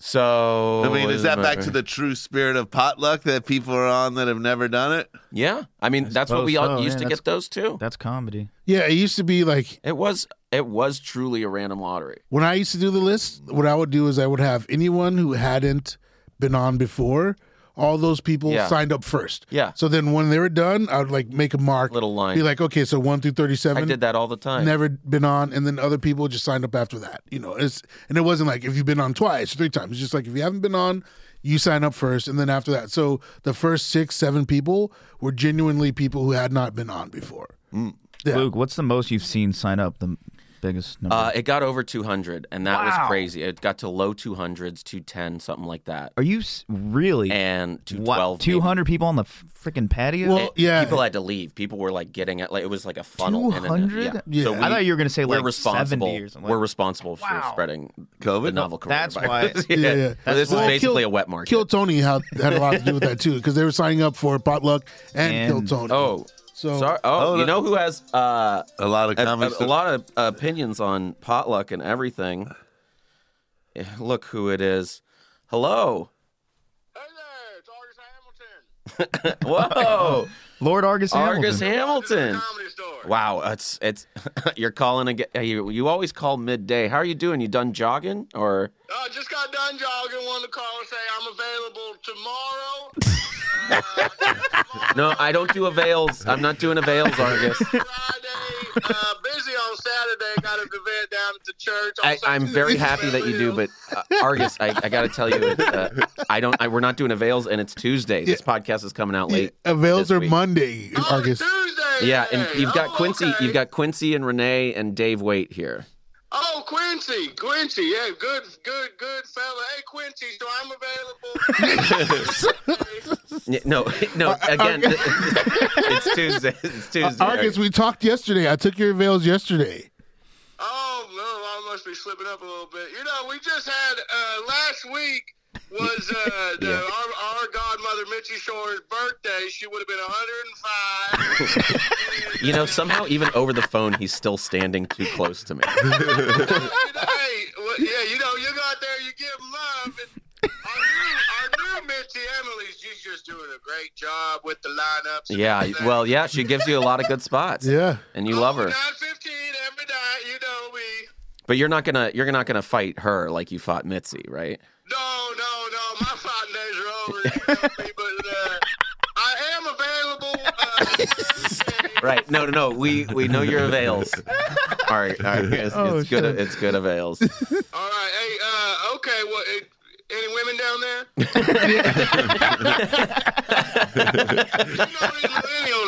A: "So."
B: I mean, is that back to the true spirit of potluck that people are on that have never done it?
A: Yeah, I mean, that's what we
D: suppose
A: all
D: so,
A: used
D: yeah,
A: to
D: that's-
A: get those too.
D: That's comedy.
C: yeah, it used to be like
A: It was it was truly a random lottery.
C: when I used to do the list. What I would do is I would have anyone who hadn't been on before. All those people
A: Yeah.
C: signed up first.
A: Yeah.
C: So then when they were done, I would like make a mark,
A: Little line.
C: be like, okay, so one through
A: I
C: thirty-seven.
A: did that all the time.
C: never been on, and then other people just signed up after that. You know, it's and it wasn't like if you've been on twice, three times. It's just like if you haven't been on, you sign up first, and then after that. So the first six, seven people were genuinely people who had not been on before. Yeah.
D: Luke, what's the most you've seen sign up? The biggest number.
A: Uh, it got over 200, and that
D: Wow.
A: was crazy. It got to low 200s, 210, something like that,
D: Are you s- really?
A: and
D: Wow,
A: 212. maybe. Eh,
D: 200 people on the freaking patio?
C: Well, yeah.
A: People had to leave. People were like getting it. Like it was like a funnel. in and out.
D: 200?
A: Yeah. So
C: Yeah.
A: we,
D: I thought you were going to say
A: we're
D: like
A: responsible.
D: 70 or something.
A: we're
D: like-
A: responsible for
D: Wow.
A: spreading
B: COVID?
A: the novel coronavirus. [LAUGHS]
D: That's why-
A: yeah.
C: Yeah, yeah.
A: So this
D: That's
A: is
D: why-
A: basically a
C: Kill-
A: wet market.
C: Kill Tony had, had a lot to do with that too, because they were signing up for potluck and,
D: And-
C: Kill Tony.
A: oh,
C: so eh,
A: sorry. Oh,
B: Oh,
A: you
B: no.
A: know who has uh,
B: A lot of
A: a,
B: comics.
A: a- a lot of opinions on potluck and everything? Yeah, Look who it is.
D: [LAUGHS]
A: Hello.
E: Hey there, it's Argus Hamilton.
A: Whoa,
D: Lord Argus
A: Argus
D: Hamilton.
A: Hamilton.
E: The comedy store.
A: Wow, it's it's [LAUGHS] you're calling again. You, you always call midday. How are you doing? You done jogging or?
E: Uh, just got done jogging. Wanted to call and say I'm available
A: [LAUGHS]
E: tomorrow. uh, tomorrow,
A: No, I don't do avails. I'm not doing avails, Argus.
E: Friday, uh, busy on Saturday. Got an event down at the church. on
A: I, I'm
E: Saturday.
A: very happy that you do, but uh, Argus, I, I got to tell you, it's, uh, I don't. I, we're not doing avails, and it's Tuesday. This podcast is coming out late.
C: avails
A: this
C: are
A: week.
C: Monday,
E: Oh,
C: Argus.
E: Tuesday.
A: Yeah, and
E: today.
A: you've got
E: Oh,
A: Quincy,
E: okay.
A: you've got Quincy and Renee and Dave Waite here.
E: Oh, Quincy, Quincy, yeah, good, good, good fella. Hey, Quincy, so I'm
A: [LAUGHS]
E: available.
A: N- No, [LAUGHS] no. Again, [LAUGHS] it's Tuesday. It's Tuesday.
C: Argus, we talked yesterday. I took your avails yesterday.
E: Oh, no, I must be slipping up a little bit. You know, we just had uh, last week was uh,
A: [LAUGHS]
E: the, our, our godmother Mitchie Shore's birthday. She would
A: [LAUGHS]
E: have been 105.
A: You
E: uh,
A: know, somehow even over the phone, he's still standing too close to me.
E: hey, well, yeah, you know, you go out there, you give 'em love. And our new, our new Mitchie Emily, she's just doing a great job with the lineups. and
A: Yeah.
E: everything.
A: Well, yeah. She gives you a lot of good spots.
C: Yeah.
A: And you love her,
E: 9:15 every night. You know we.
A: but you're not gonna you're not gonna fight her like you fought Mitzi, right?
E: No, no, no. My fighting days are over.
A: [LAUGHS]
E: You know me, but uh, I am available. Uh,
A: [LAUGHS]
E: Thursday.
A: Right. No, no, no. We we know your avails. All right, all right. It's,
D: Oh,
A: it's good.
D: shit.
A: It's good avails.
E: All right. Hey. Uh, okay. Well, it, any women down there? you know these millennials.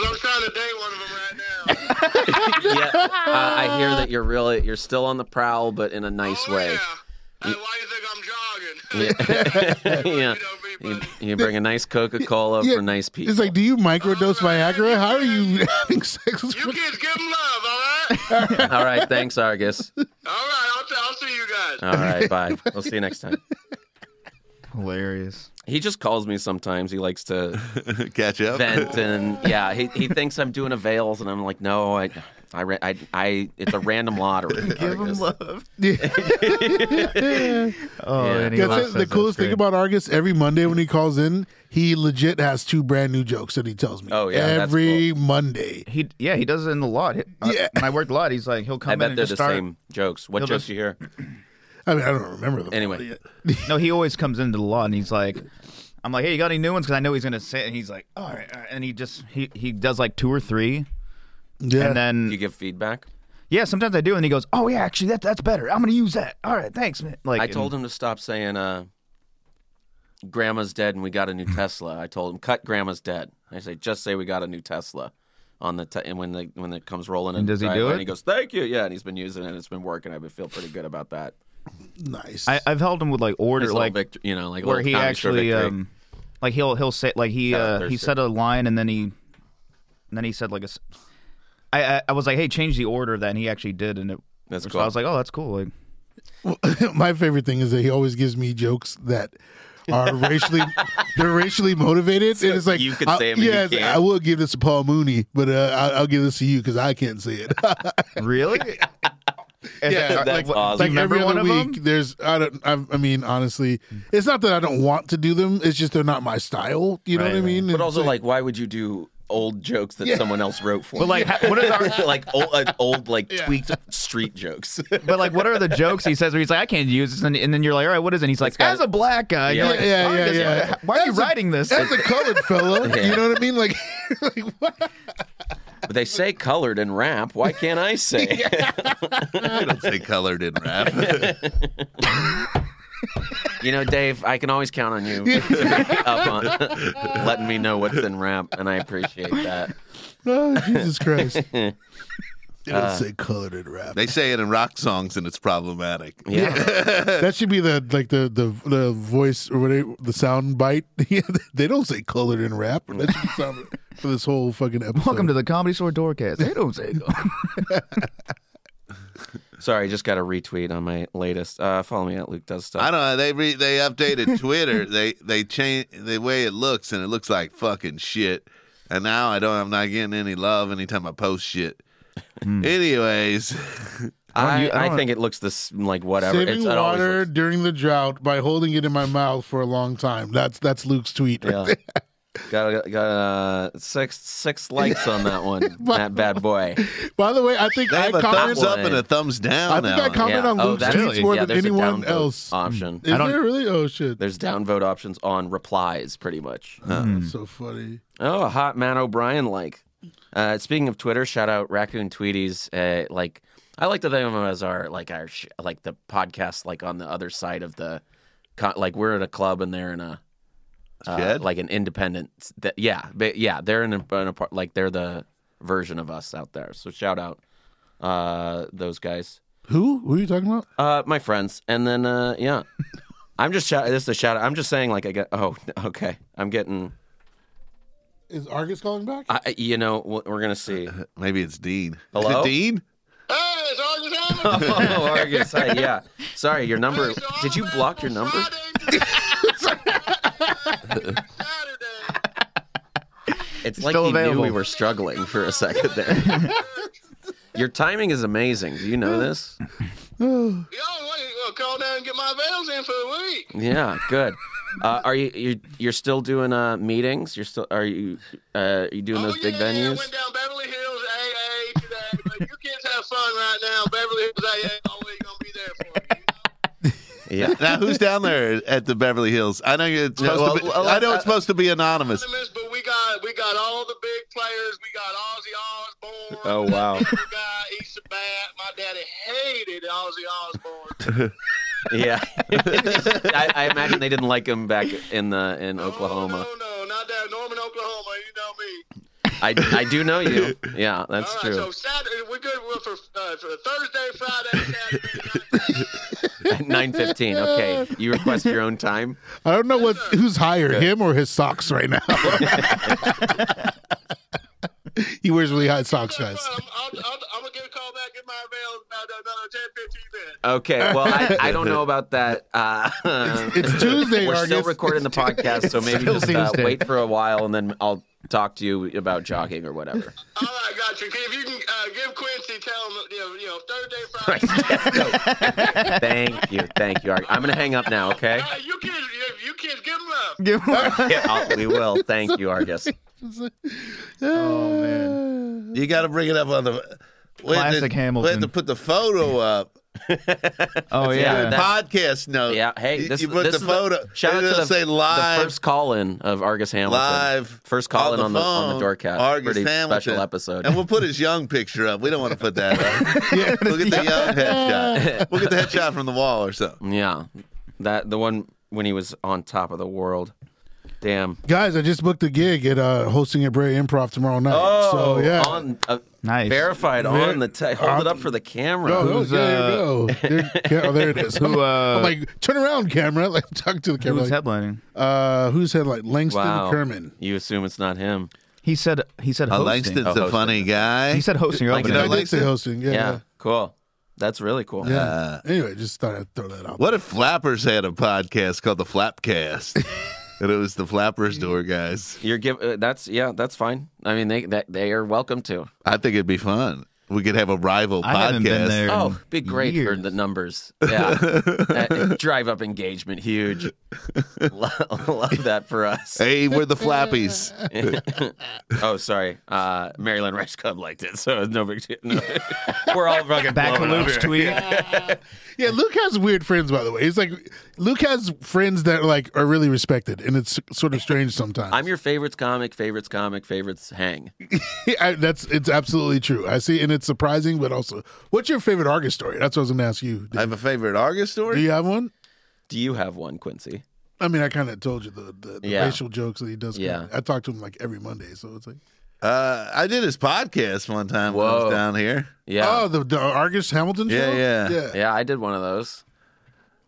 E: I'm trying to date one of them right now.
A: Yeah. Uh, I hear that you're really you're still on the prowl, but in a [LAUGHS] nice
E: oh,
A: way.
E: Yeah. Hey, why do you think I'm
A: [LAUGHS]
E: jogging?
A: yeah.
E: [LAUGHS]
A: [LAUGHS]
E: You know
A: You,
E: me, buddy.
A: you bring a nice Coca Cola
C: Yeah.
A: for nice people.
C: It's like, do you microdose Viagra? How are you [LAUGHS] having sex with
E: Oh, You kids give them love, all
A: [LAUGHS]
E: right?
A: All right. Thanks, Argus.
E: All right, I'll, t- I'll see you guys.
A: All right. Bye. We'll see you next time.
D: Hilarious.
A: He just calls me sometimes. He likes to
B: of [LAUGHS] catch up.
D: [LAUGHS]
A: vent and yeah, he, he thinks I'm doing avails, and I'm like, no, I, I, ra- I, I it's a random lottery.
D: [LAUGHS] Give him
A: Argus.
D: love.
C: Yeah.
D: Oh,
A: Yeah.
D: and
A: That's
C: That's
D: he laughs,
C: it. the
D: that's
C: coolest
D: great.
C: thing about Argus, every Monday when he calls in, he legit has two brand new jokes that he tells me.
A: Oh, yeah, that's
C: Every Monday.
D: He yeah, he does it in the lot. He- I-
C: Yeah.
D: when I worked lot, he's like he'll come
A: I
D: in
A: bet
D: and
A: they're
D: just
A: the
D: start.
A: same jokes. What
D: He'll
A: jokes
D: just-
A: you hear?
C: I mean, I don't remember them.
A: Anyway.
D: No, he always comes into the lot and he's like, I'm like, hey, you got any new ones? Because I know he's gonna say, and he's like, all right, all right. and he just he he does like two or three,
C: Yeah.
D: and then
A: You give feedback.
D: yeah, sometimes I do, and he goes, oh yeah, actually that that's better. I'm gonna use that. All right, thanks. Man. Like
A: I told him to stop saying uh, "Grandma's dead" and we got a new Tesla. I told him cut "Grandma's dead." I say just say we got a new Tesla on the te- and when the, when it comes rolling. in
D: And
A: the
D: does he do
A: driveway,
D: it?
A: And he goes, "Thank you." Yeah, and he's been using it. It's been working. I've been feel pretty good about that.
C: nice.
D: I, I've helped him with like order
A: Nice little
D: like
A: vict- you know, like a
D: where
A: little
D: he
A: comedy store
D: actually
A: victory.
D: um like he'll he'll say like he
A: Shout out
D: uh, he
A: Thursday.
D: said a line and then he and then he said like a s I I I was like hey change the order of that and he actually did and it
A: That's
D: so
A: cool.
D: I was like oh that's cool
C: [LAUGHS]
D: like
C: My favorite thing is that he always gives me jokes that
A: [LAUGHS]
C: are racially they're racially motivated. and it's like
A: you can
C: I-
A: say 'em and you
C: yes,
A: can't.
C: I will give this to Paul Mooney, but uh, I, I'll give this to you because I can't say it. [LAUGHS]
D: really uh,
C: Yeah,
A: that's awesome.
C: like
D: remember
C: every
D: one
C: other
D: of 'em?
C: week, there's I don't I, I mean honestly, it's not that I don't want to do them. It's just they're not my style. You know
D: Right,
C: what I
D: right.
C: mean?
A: but also like, why would you do? Old jokes that someone else wrote for.
D: But, like, ha- what
C: [LAUGHS]
D: is
A: [LAUGHS]
D: our-
A: like old, uh, old like tweaked street [LAUGHS] jokes?
D: but like what are the jokes he says where he's like I can't use this and, and then you're like all right what is it and he's like "Uh,
A: got-
D: as a black guy you're
A: Yeah.
D: like,
C: Yeah,
D: "Sorry,
C: yeah,
D: this-
C: yeah.
D: uh, why are you
C: As a- [LAUGHS]
D: writing this
C: as a
A: [LAUGHS]
C: colored fella, you know what I mean? Like, [LAUGHS] like what?
A: But they say colored in rap. Why can't I [LAUGHS] say?
B: I don't say colored in rap.
A: You know, Dave, I can always count [LAUGHS] on you to be up on letting me know what's in rap, and I appreciate that.
C: Oh,
A: [LAUGHS]
C: Jesus Christ. They don't
A: Uh.
C: say colored in rap.
B: [LAUGHS] They say it in rock songs, and it's problematic.
A: Yeah.
C: that should be the like the the, the voice or whatever the sound bite. [LAUGHS] Yeah, they don't say colored in rap. That should be sound for this whole fucking episode.
D: [LAUGHS] Welcome to the Comedy Store Doorcast. They don't say
C: [LAUGHS]
A: Sorry, just got a retweet on my latest. Uh, follow me at Luke Does Stuff.
B: I don't know. They re, they updated Twitter. they they changed the way it looks, and it looks like fucking shit. And now I don't. I'm not getting any love anytime I post shit. Anyways, [LAUGHS]
A: I,
D: you- I
A: I,
D: don't-
A: think it looks this like whatever.
C: Saving
A: it's, it always
C: water
A: looks-
C: during the drought by holding it in my mouth for a long time. That's that's Luke's tweet. right
A: [LAUGHS] yeah. got got uh, six six likes on that [LAUGHS] one. that bad boy.
C: there. [LAUGHS] By the way, I think
B: they
C: I
B: have a thumbs
C: commented.
B: up and a thumbs down.
C: I think
B: now.
C: I comment
A: Yeah.
C: on
A: Oh,
C: Luke's
A: that's-
C: tweets more
A: yeah,
C: than
A: there's a
C: anyone
A: downvote
C: else.
A: Option.
C: Is
D: I don't-
C: there really? Oh shit! Oh,
A: There's downvote options on replies, pretty much.
C: That's so funny.
A: Oh, a hot Matt O'Brien like. Uh, speaking of Twitter, shout out Raccoon Tweeties. Uh, like, I like to think of them as our like our sh- like the podcast like on the other side of the, co- like we're in a club and they're in a, uh,
B: Shed?
A: like an independent. That, yeah, but yeah, they're in a, in a part like they're the version of us out there. So shout out uh, those guys,
C: Who? Who are you talking about?
A: uh, my friends, and then uh,
D: [LAUGHS]
A: yeah, I'm just shout. This is a shout out. I'm just saying like I get. Oh, okay. I'm getting.
C: Is Argus calling back?
A: I, you know, we're we're gonna
E: [LAUGHS]
A: see.
B: Maybe it's Dean.
A: Hello?
B: Is it Dean?
E: Hey, it's
A: [LAUGHS]
E: Argus Hamilton.
A: oh, Argus. Hi, yeah. Sorry, your number.
E: It's all
A: Did you
E: available
A: block your number?
E: Friday through Saturday.
A: It's like
D: Still
A: you knew
D: available.
A: we were struggling for a second
E: [LAUGHS]
A: there. your timing is amazing. Do you know this?
E: [LAUGHS] Y'all wait, well, call down and get my veils in for the week.
A: Yeah, good. Uh, are you you're, you're still doing uh, meetings? You're still are you uh, you doing those
E: oh,
A: big
E: yeah, I
A: venues?
E: went down Beverly Hills AA today, but you kids have fun right now. Beverly Hills AA always going to be there for you. you know?
A: Yeah.
B: Now who's down there at the Beverly Hills? I know you're supposed
A: well,
B: to be.
A: well,
B: I know
A: I-
B: it's supposed to be anonymous.
E: Anonymous, but we got we got all the big players. We got Ozzy Osbourne.
A: Oh, wow.
E: that little guy Issa Bat. My daddy hated Ozzy Osbourne.
A: Yeah. I, I imagine they didn't like him back in the in [LAUGHS] Oklahoma.
E: Oh, no, no, not that Norman, Oklahoma. You know me.
A: I, I do know you. Yeah, that's
E: All right,
A: true.
E: so Saturday we're good We're for, uh, for
A: [LAUGHS]
E: Thursday, Friday, Saturday. night.
A: At 9:15. Okay. You request your own time.
C: I don't know what who's higher, him or his socks right now. [LAUGHS] he wears really high socks,
E: I'm,
C: guys.
E: I'm, I'm, I'm gonna get a call back, get my veils about another 10, 15 minutes.
A: Okay, well, I, I don't know about that. Uh, [LAUGHS]
C: It's Tuesday,
A: We're still
C: Argus.
A: recording the podcast, so maybe
D: still
A: just uh,
D: Tuesday.
A: wait for a while, and then I'll talk to you about jogging or whatever.
E: All right, got you. If you can uh, give Quincy, tell him, you know, you know Thursday,
A: Right, [LAUGHS]
E: Friday.
A: let's go. Thank you, thank you. Argus. I'm gonna hang up now.
E: [LAUGHS]
A: Okay,
E: Hey, you kids, you- you kids, give him up.
D: no.
A: yeah, I'll- we will. Thank you, Argus.
D: oh man.
B: You got to bring it up on the. We had
D: Classic
B: to,
D: Hamilton.
B: We had to put the photo up.
D: [LAUGHS] Oh
A: Yeah,
D: yeah.
A: that-
B: Podcast note.
A: Yeah, hey,
B: You-
A: this,
B: you put
A: this
B: the
A: is
B: photo.
A: shout out
B: it'll
A: to the,
B: say live.
A: the first call in of Argus Hamilton.
B: live.
A: first call in on the on the
B: phone,
A: doorcast.
B: Argus
A: Pretty
B: Hamilton.
A: special episode.
B: And we'll put his young picture up. We don't want to put
D: [LAUGHS]
B: that up. we'll get the young
A: [LAUGHS]
B: headshot. We'll get the headshot from the wall or something.
A: yeah, that the one when he was on top of the world. Damn.
C: Guys, I just booked a gig at uh, hosting at Bray Improv tomorrow night. so yeah.
A: on uh,
D: Nice.
A: verified on the ta- hold it up for the camera.
C: Oh,
D: Who's,
C: yeah, there you go. There, yeah, oh, there it is.
D: Who, uh,
C: I'm like, turn around, camera. [LAUGHS] Like, I'm talking to the camera.
D: Who's
C: like,
D: headlining?
C: uh, who's head like Langston
A: wow,
C: Kerman?
A: you assume it's not him.
D: He said he said
B: Uh,
D: hosting.
B: Langston's
A: Oh,
B: a
A: hosting.
B: funny guy.
D: He said hosting or
A: Like,
D: opening.
B: you
C: I
B: know,
C: did say
B: Langston.
C: hosting. Yeah.
A: Yeah,
C: yeah.
A: cool. That's really cool.
B: Uh,
C: Anyway, just thought I'd throw that out.
B: what if Flappers had a podcast called
D: [LAUGHS]
B: the Flapcast? and it was the Flappers door guys.
A: You're give uh, that's yeah that's fine. I mean they that they are welcome to.
B: I think it'd be fun. We could have a rival
D: I
B: podcast.
D: haven't been there. in
A: Oh, be great for
D: years.
A: the numbers. Yeah, Uh, drive up engagement huge. Lo- [LAUGHS] love that for us.
B: Hey, we're
D: [LAUGHS]
B: the Flappies.
A: Oh, sorry. Uh, Maryland Rice Club liked it, [LAUGHS] so it's no big deal. No. We're all fucking
D: [LAUGHS] Back to
A: blown up
D: Luke's
A: here.
D: tweet.
A: [LAUGHS]
C: Yeah, Luke has weird friends, by the way. He's like, Luke has friends that like are really respected, and it's sort of strange sometimes.
A: I'm your favorites comic, favorites comic, favorites hang.
C: [LAUGHS] I, that's it's absolutely true. I see, and it's surprising, but also, what's your favorite Argus story? That's what I was going to ask you.
B: I have a favorite Argus
C: Do
B: story.
C: you have one?
A: Do you have one, Quincy?
C: I mean, I kind of told you the, the, the
A: Yeah.
C: racial jokes that he does.
A: Yeah.
C: I talk to him like every Monday, so it's like
B: Uh, I did his podcast one time when I
A: Whoa.
B: was down here.
A: Yeah.
C: Oh, the, the Argus Hamilton
B: Yeah,
C: show?
B: yeah.
A: Yeah, I did one of those.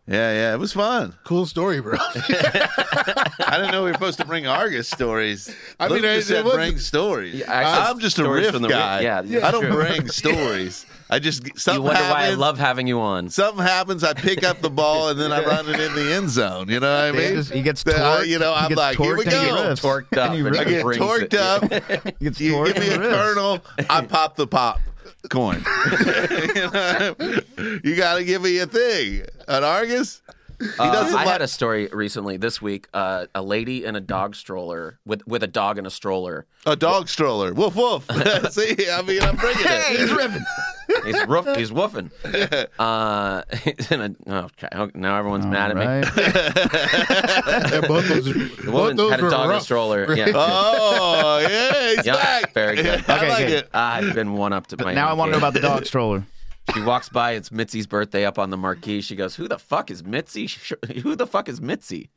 B: Yeah, yeah, it was fun.
C: Cool story, bro. [LAUGHS]
A: [LAUGHS]
B: I didn't know we were supposed to bring Argus stories.
C: I mean,
B: Luke
C: I-
B: just
C: it
B: said
C: wasn't-
B: bring stories.
A: Yeah, I said
B: I'm just a
A: stories
B: riff
A: from the riff.
B: guy.
A: Yeah, yeah,
B: I don't
A: true.
B: bring stories. I just something
A: You wonder
B: happens,
A: why I love having you on.
B: [LAUGHS] something happens. I pick up the ball and then I run it in the end zone. You know what I
D: They
B: mean?
D: just- he
B: [LAUGHS]
D: gets
B: Then I-
D: torqued.
B: you know,
D: He
B: I'm
D: gets
B: like, here we
D: torqued and he
B: go.
D: riffs.
A: Torqued up.
D: And you
A: and
B: I
A: he
D: riff.
B: get
A: brings
B: torqued
A: it.
B: up.
D: He gets
B: You
D: torqued
B: give me a
D: and riffs.
B: kernel, I pop the pop coin. [LAUGHS] you, know, you got to give me a thing. An Argus? He doesn't
A: Uh, I
B: like-
A: had a story recently this week. Uh, a lady and a dog stroller with with a dog and a stroller.
B: a dog stroller.
A: [LAUGHS]
B: Woof woof. [LAUGHS] See, I mean, I'm bringing
C: hey, he's
B: it.
C: ripping.
A: He's roof, he's woofing. Uh, [LAUGHS] and a, oh, okay, now everyone's mad at me. [LAUGHS]
D: Right.
C: Yeah, both those,
A: The
C: both
A: woman
C: those
A: had a
C: were
A: dog and a
C: rough.
A: stroller. Yeah.
B: Oh yeah, he's
A: Yep,
B: back.
A: very good.
B: [LAUGHS] I
D: Okay,
B: like
D: good.
B: it.
A: [LAUGHS] I've been one up to my.
D: Now I
A: own
D: want to know
A: game.
D: about the dog stroller.
A: She walks by. It's Mitzi's birthday up on the marquee. She goes, "Who the fuck is Mitzi? Sh- Who the fuck is Mitzi?"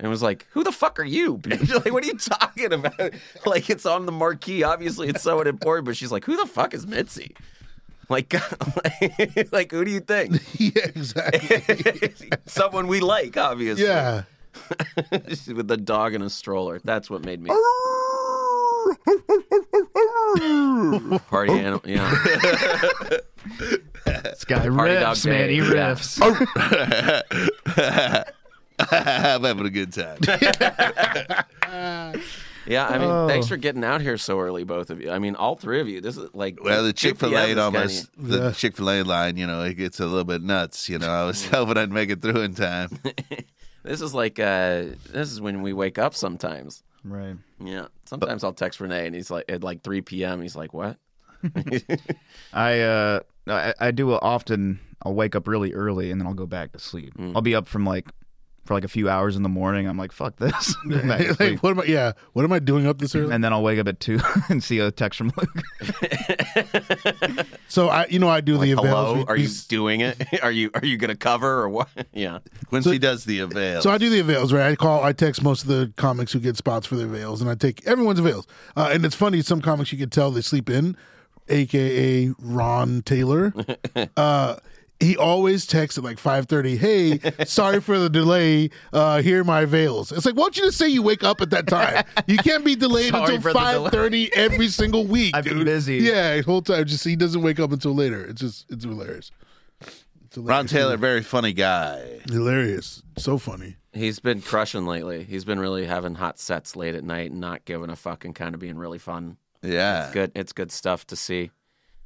A: And was like, "Who the fuck are you? [LAUGHS] bitch?" like, what are you talking about? [LAUGHS] Like, it's on the marquee. Obviously, it's so [LAUGHS] important." But she's like, "Who the fuck is Mitzi?" Like, [LAUGHS] like, like who do you think?
C: [LAUGHS] yeah, exactly.
A: [LAUGHS] Someone we like, obviously.
C: Yeah.
A: [LAUGHS] With a dog and a stroller. That's what made me party animal. Yeah.
D: This guy
A: Party dog
D: riffs, man.
A: day.
D: He
A: Yeah.
D: riffs.
A: [LAUGHS]
B: [LAUGHS] I'm having a good time.
A: Yeah. I mean,
D: Oh.
A: thanks for getting out here so early, both of you. I mean, all three of [LAUGHS] you. This is like
B: Well, the Chick
A: 2
B: Fil
A: PM
B: A
A: is
B: almost
A: kinda-
B: the
C: Yeah.
B: Chick Fil A line. You know, it gets a little bit nuts. You know, I
A: Mm.
B: was hoping I'd make it through
A: [LAUGHS]
B: in time.
A: This is like uh this is when we wake up sometimes.
D: Right.
A: Yeah. Sometimes I'll text Renee and he's like at like 3 p.m. He's like, "What?" [LAUGHS]
D: I uh I, I do often I'll wake up really early and then I'll go back to sleep.
A: Mm.
D: I'll be up from like for like a few hours in the morning. I'm like, fuck
B: [LAUGHS]
D: this. Go back
C: [LAUGHS]
D: to
C: like,
D: sleep.
C: what am I? Yeah, what am I doing up this early?
D: and then I'll wake up at two [LAUGHS] and see a text from Luke.
C: so I, you know, I do the avails.
A: Hello,
C: We-
A: are
C: we-
A: you doing it? [LAUGHS] Are you are you going to cover or what? [LAUGHS] Yeah.
B: Quincy does the avail.
C: So I do the avails, right? I call, I text most of the comics who get spots for their avails, and I take everyone's avails. Uh, and it's funny, some comics you could tell they sleep in, aka Ron Taylor. uh, he always texts at like five thirty. Hey, sorry for the delay. Uh, here are my veils. It's like, why don't you just say you wake up at that time? You can't be delayed
A: Sorry
C: until
A: for the delay.
C: five thirty every single week.
D: I've been
C: dude.
D: busy.
C: Yeah, the whole time. Just he doesn't wake up until later. It's just it's hilarious. It's hilarious.
B: Ron Taylor, very funny guy.
C: hilarious, so funny.
A: He's been crushing lately. He's been really having hot sets late at night and not giving a fuck and kind of being really fun.
B: Yeah,
A: Good. It's good stuff to see.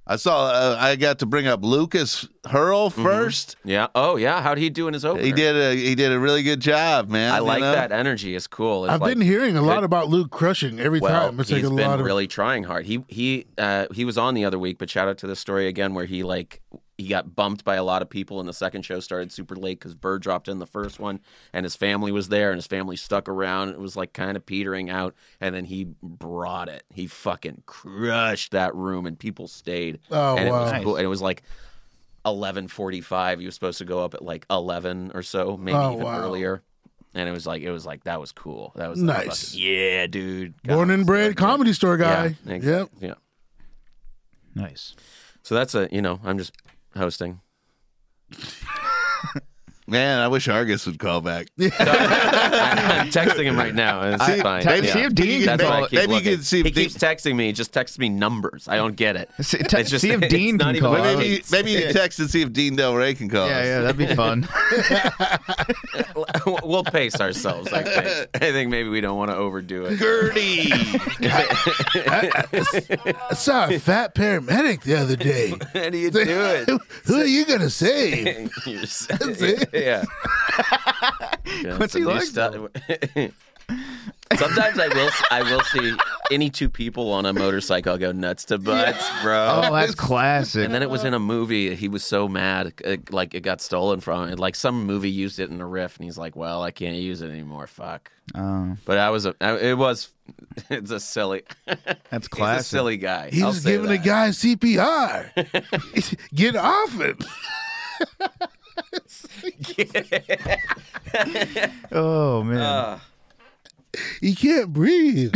B: I saw. Uh, I got to bring up Lucas Hurl
A: Mm-hmm.
B: 1st
A: Yeah. Oh, yeah. How'd he do in his opener?
B: He did a he did a really good job, man.
A: I
B: you
A: like
B: know?
A: that energy. It's cool. It's
C: I've
A: like,
C: been hearing a lot about Luke crushing every
A: well,
C: time. It's
A: he's
C: like a
A: been
C: lot of
A: really trying hard. He he uh, he was on the other week, but shout out to the story again where he like he got bumped by a lot of people, and the second show started super late because Bird dropped in the first one, and his family was there, and his family stuck around. It was like kind of petering out, and then he brought it. He fucking crushed that room, and people stayed.
C: Oh,
A: and it
C: wow.
A: was
D: Nice.
A: cool. And it was like. 11:45 he was supposed to go up at like 11 or so maybe
C: Oh,
A: even
C: wow.
A: earlier and it was like it was like that was cool that was
C: Nice.
A: fucking- yeah dude
C: born
A: God,
C: and bred
A: so good.
C: comedy store guy.
A: Yeah, ex-
C: Yep.
A: yeah.
D: Nice.
A: So that's a you know I'm just
C: [LAUGHS]
A: hosting.
B: Man, I wish Argus would call back.
A: I, am texting him right now. and It's fine.
D: text-
A: yeah.
D: see if Dean
A: That's
D: can
A: why I
B: call-
A: keep
B: maybe you
A: looking.
B: can see if
A: he
B: Dean-
A: keeps texting me. He just texts me numbers. I don't get it. [LAUGHS]
D: See, te-
A: It's
D: see if
A: it's
D: Dean
A: not
D: can
A: even
D: call.
A: like-
B: Maybe, you- maybe you can text and see if Dean Del Rey can call.
D: Yeah,
B: us.
D: yeah, that'd [LAUGHS] be fun.
A: we'll pace ourselves. I
C: [LAUGHS]
A: think. I think maybe we don't want to overdo it. [LAUGHS]
B: Gertie.
C: I saw
A: [LAUGHS]
C: a fat paramedic the other day.
A: How [LAUGHS] do you do it?
C: [LAUGHS] Who are you
A: [LAUGHS]
C: gonna save?
A: You're s-
C: it. [LAUGHS]
A: yeah. yeah some
D: Quincy
A: new
D: likes
A: stuff. [LAUGHS] Sometimes I will. s- I will see any two people on a motorcycle. I'll go nuts to butts, bro.
D: oh, that's classic.
A: And then it was in a movie. He was so mad, it, like it got stolen from him. Like some movie used it in a riff, and he's like, "Well, I can't use it anymore. Fuck."
D: oh,
A: But I was a, I, it was, [LAUGHS] it's a silly, [LAUGHS]
D: that's
A: he's a
D: classic.
A: silly guy.
C: He
A: I'll
C: was
A: say
C: giving a
A: that.
C: guy
A: [LAUGHS]
C: CPR. [LAUGHS] Get off [LAUGHS] it.
D: Oh man.
A: Uh,
D: Oh,
A: Ah, [LAUGHS]
C: He can't breathe.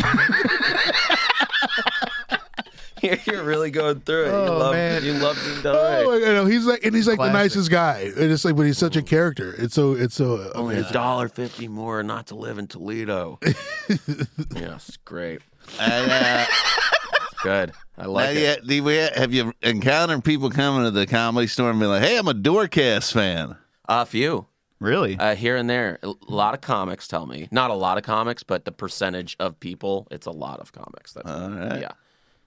A: you're, [LAUGHS] you're really going through it. you
D: Oh,
A: love
D: man.
A: you love Dean Del Rey.
C: Oh, I know he's like, and he's like
D: Classic.
C: the nicest guy. And it's like, but he's such a character. It's so, it's so.
A: Only a dollar fifty more not to live in Toledo. yes, great,
B: And, uh,
A: good. I like
B: now
A: it.
B: yet- do we- have you encountered people coming to the comedy store and be like, "Hey, I'm a Doorcast fan."
A: A few
D: Really?
A: uh, here and there. A lot of comics tell me, not a lot of comics, but the percentage of people, it's a lot of comics. That's
B: All right.
A: yeah.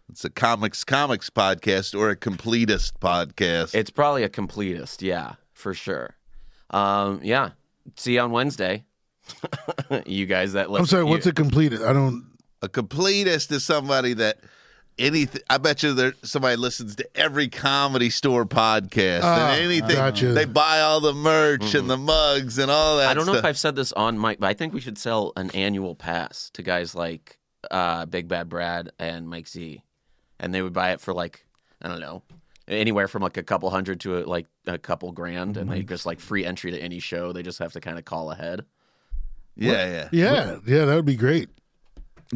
B: It's a comics comics podcast or a completist podcast.
A: It's probably a completist, yeah, for sure. Um, yeah. See you on Wednesday. [LAUGHS] you guys that listen.
C: I'm sorry.
A: you-
C: What's it completed? I don't.
B: a completist is somebody that anything. I bet you there somebody listens to every comedy store podcast
C: Ah,
B: and anything.
C: gotcha.
B: They buy all the merch and the mugs and all that.
A: I don't know if
B: stuff.
A: I've said this on Mike, but I think we should sell an annual pass to guys like uh, Big Bad Brad and Mike Z, and they would buy it for like I don't know, anywhere from like a couple hundred to like a couple grand, and they just like free entry to any show. They just have to kind of call ahead.
B: yeah, yeah.
C: Yeah, yeah, that would be great.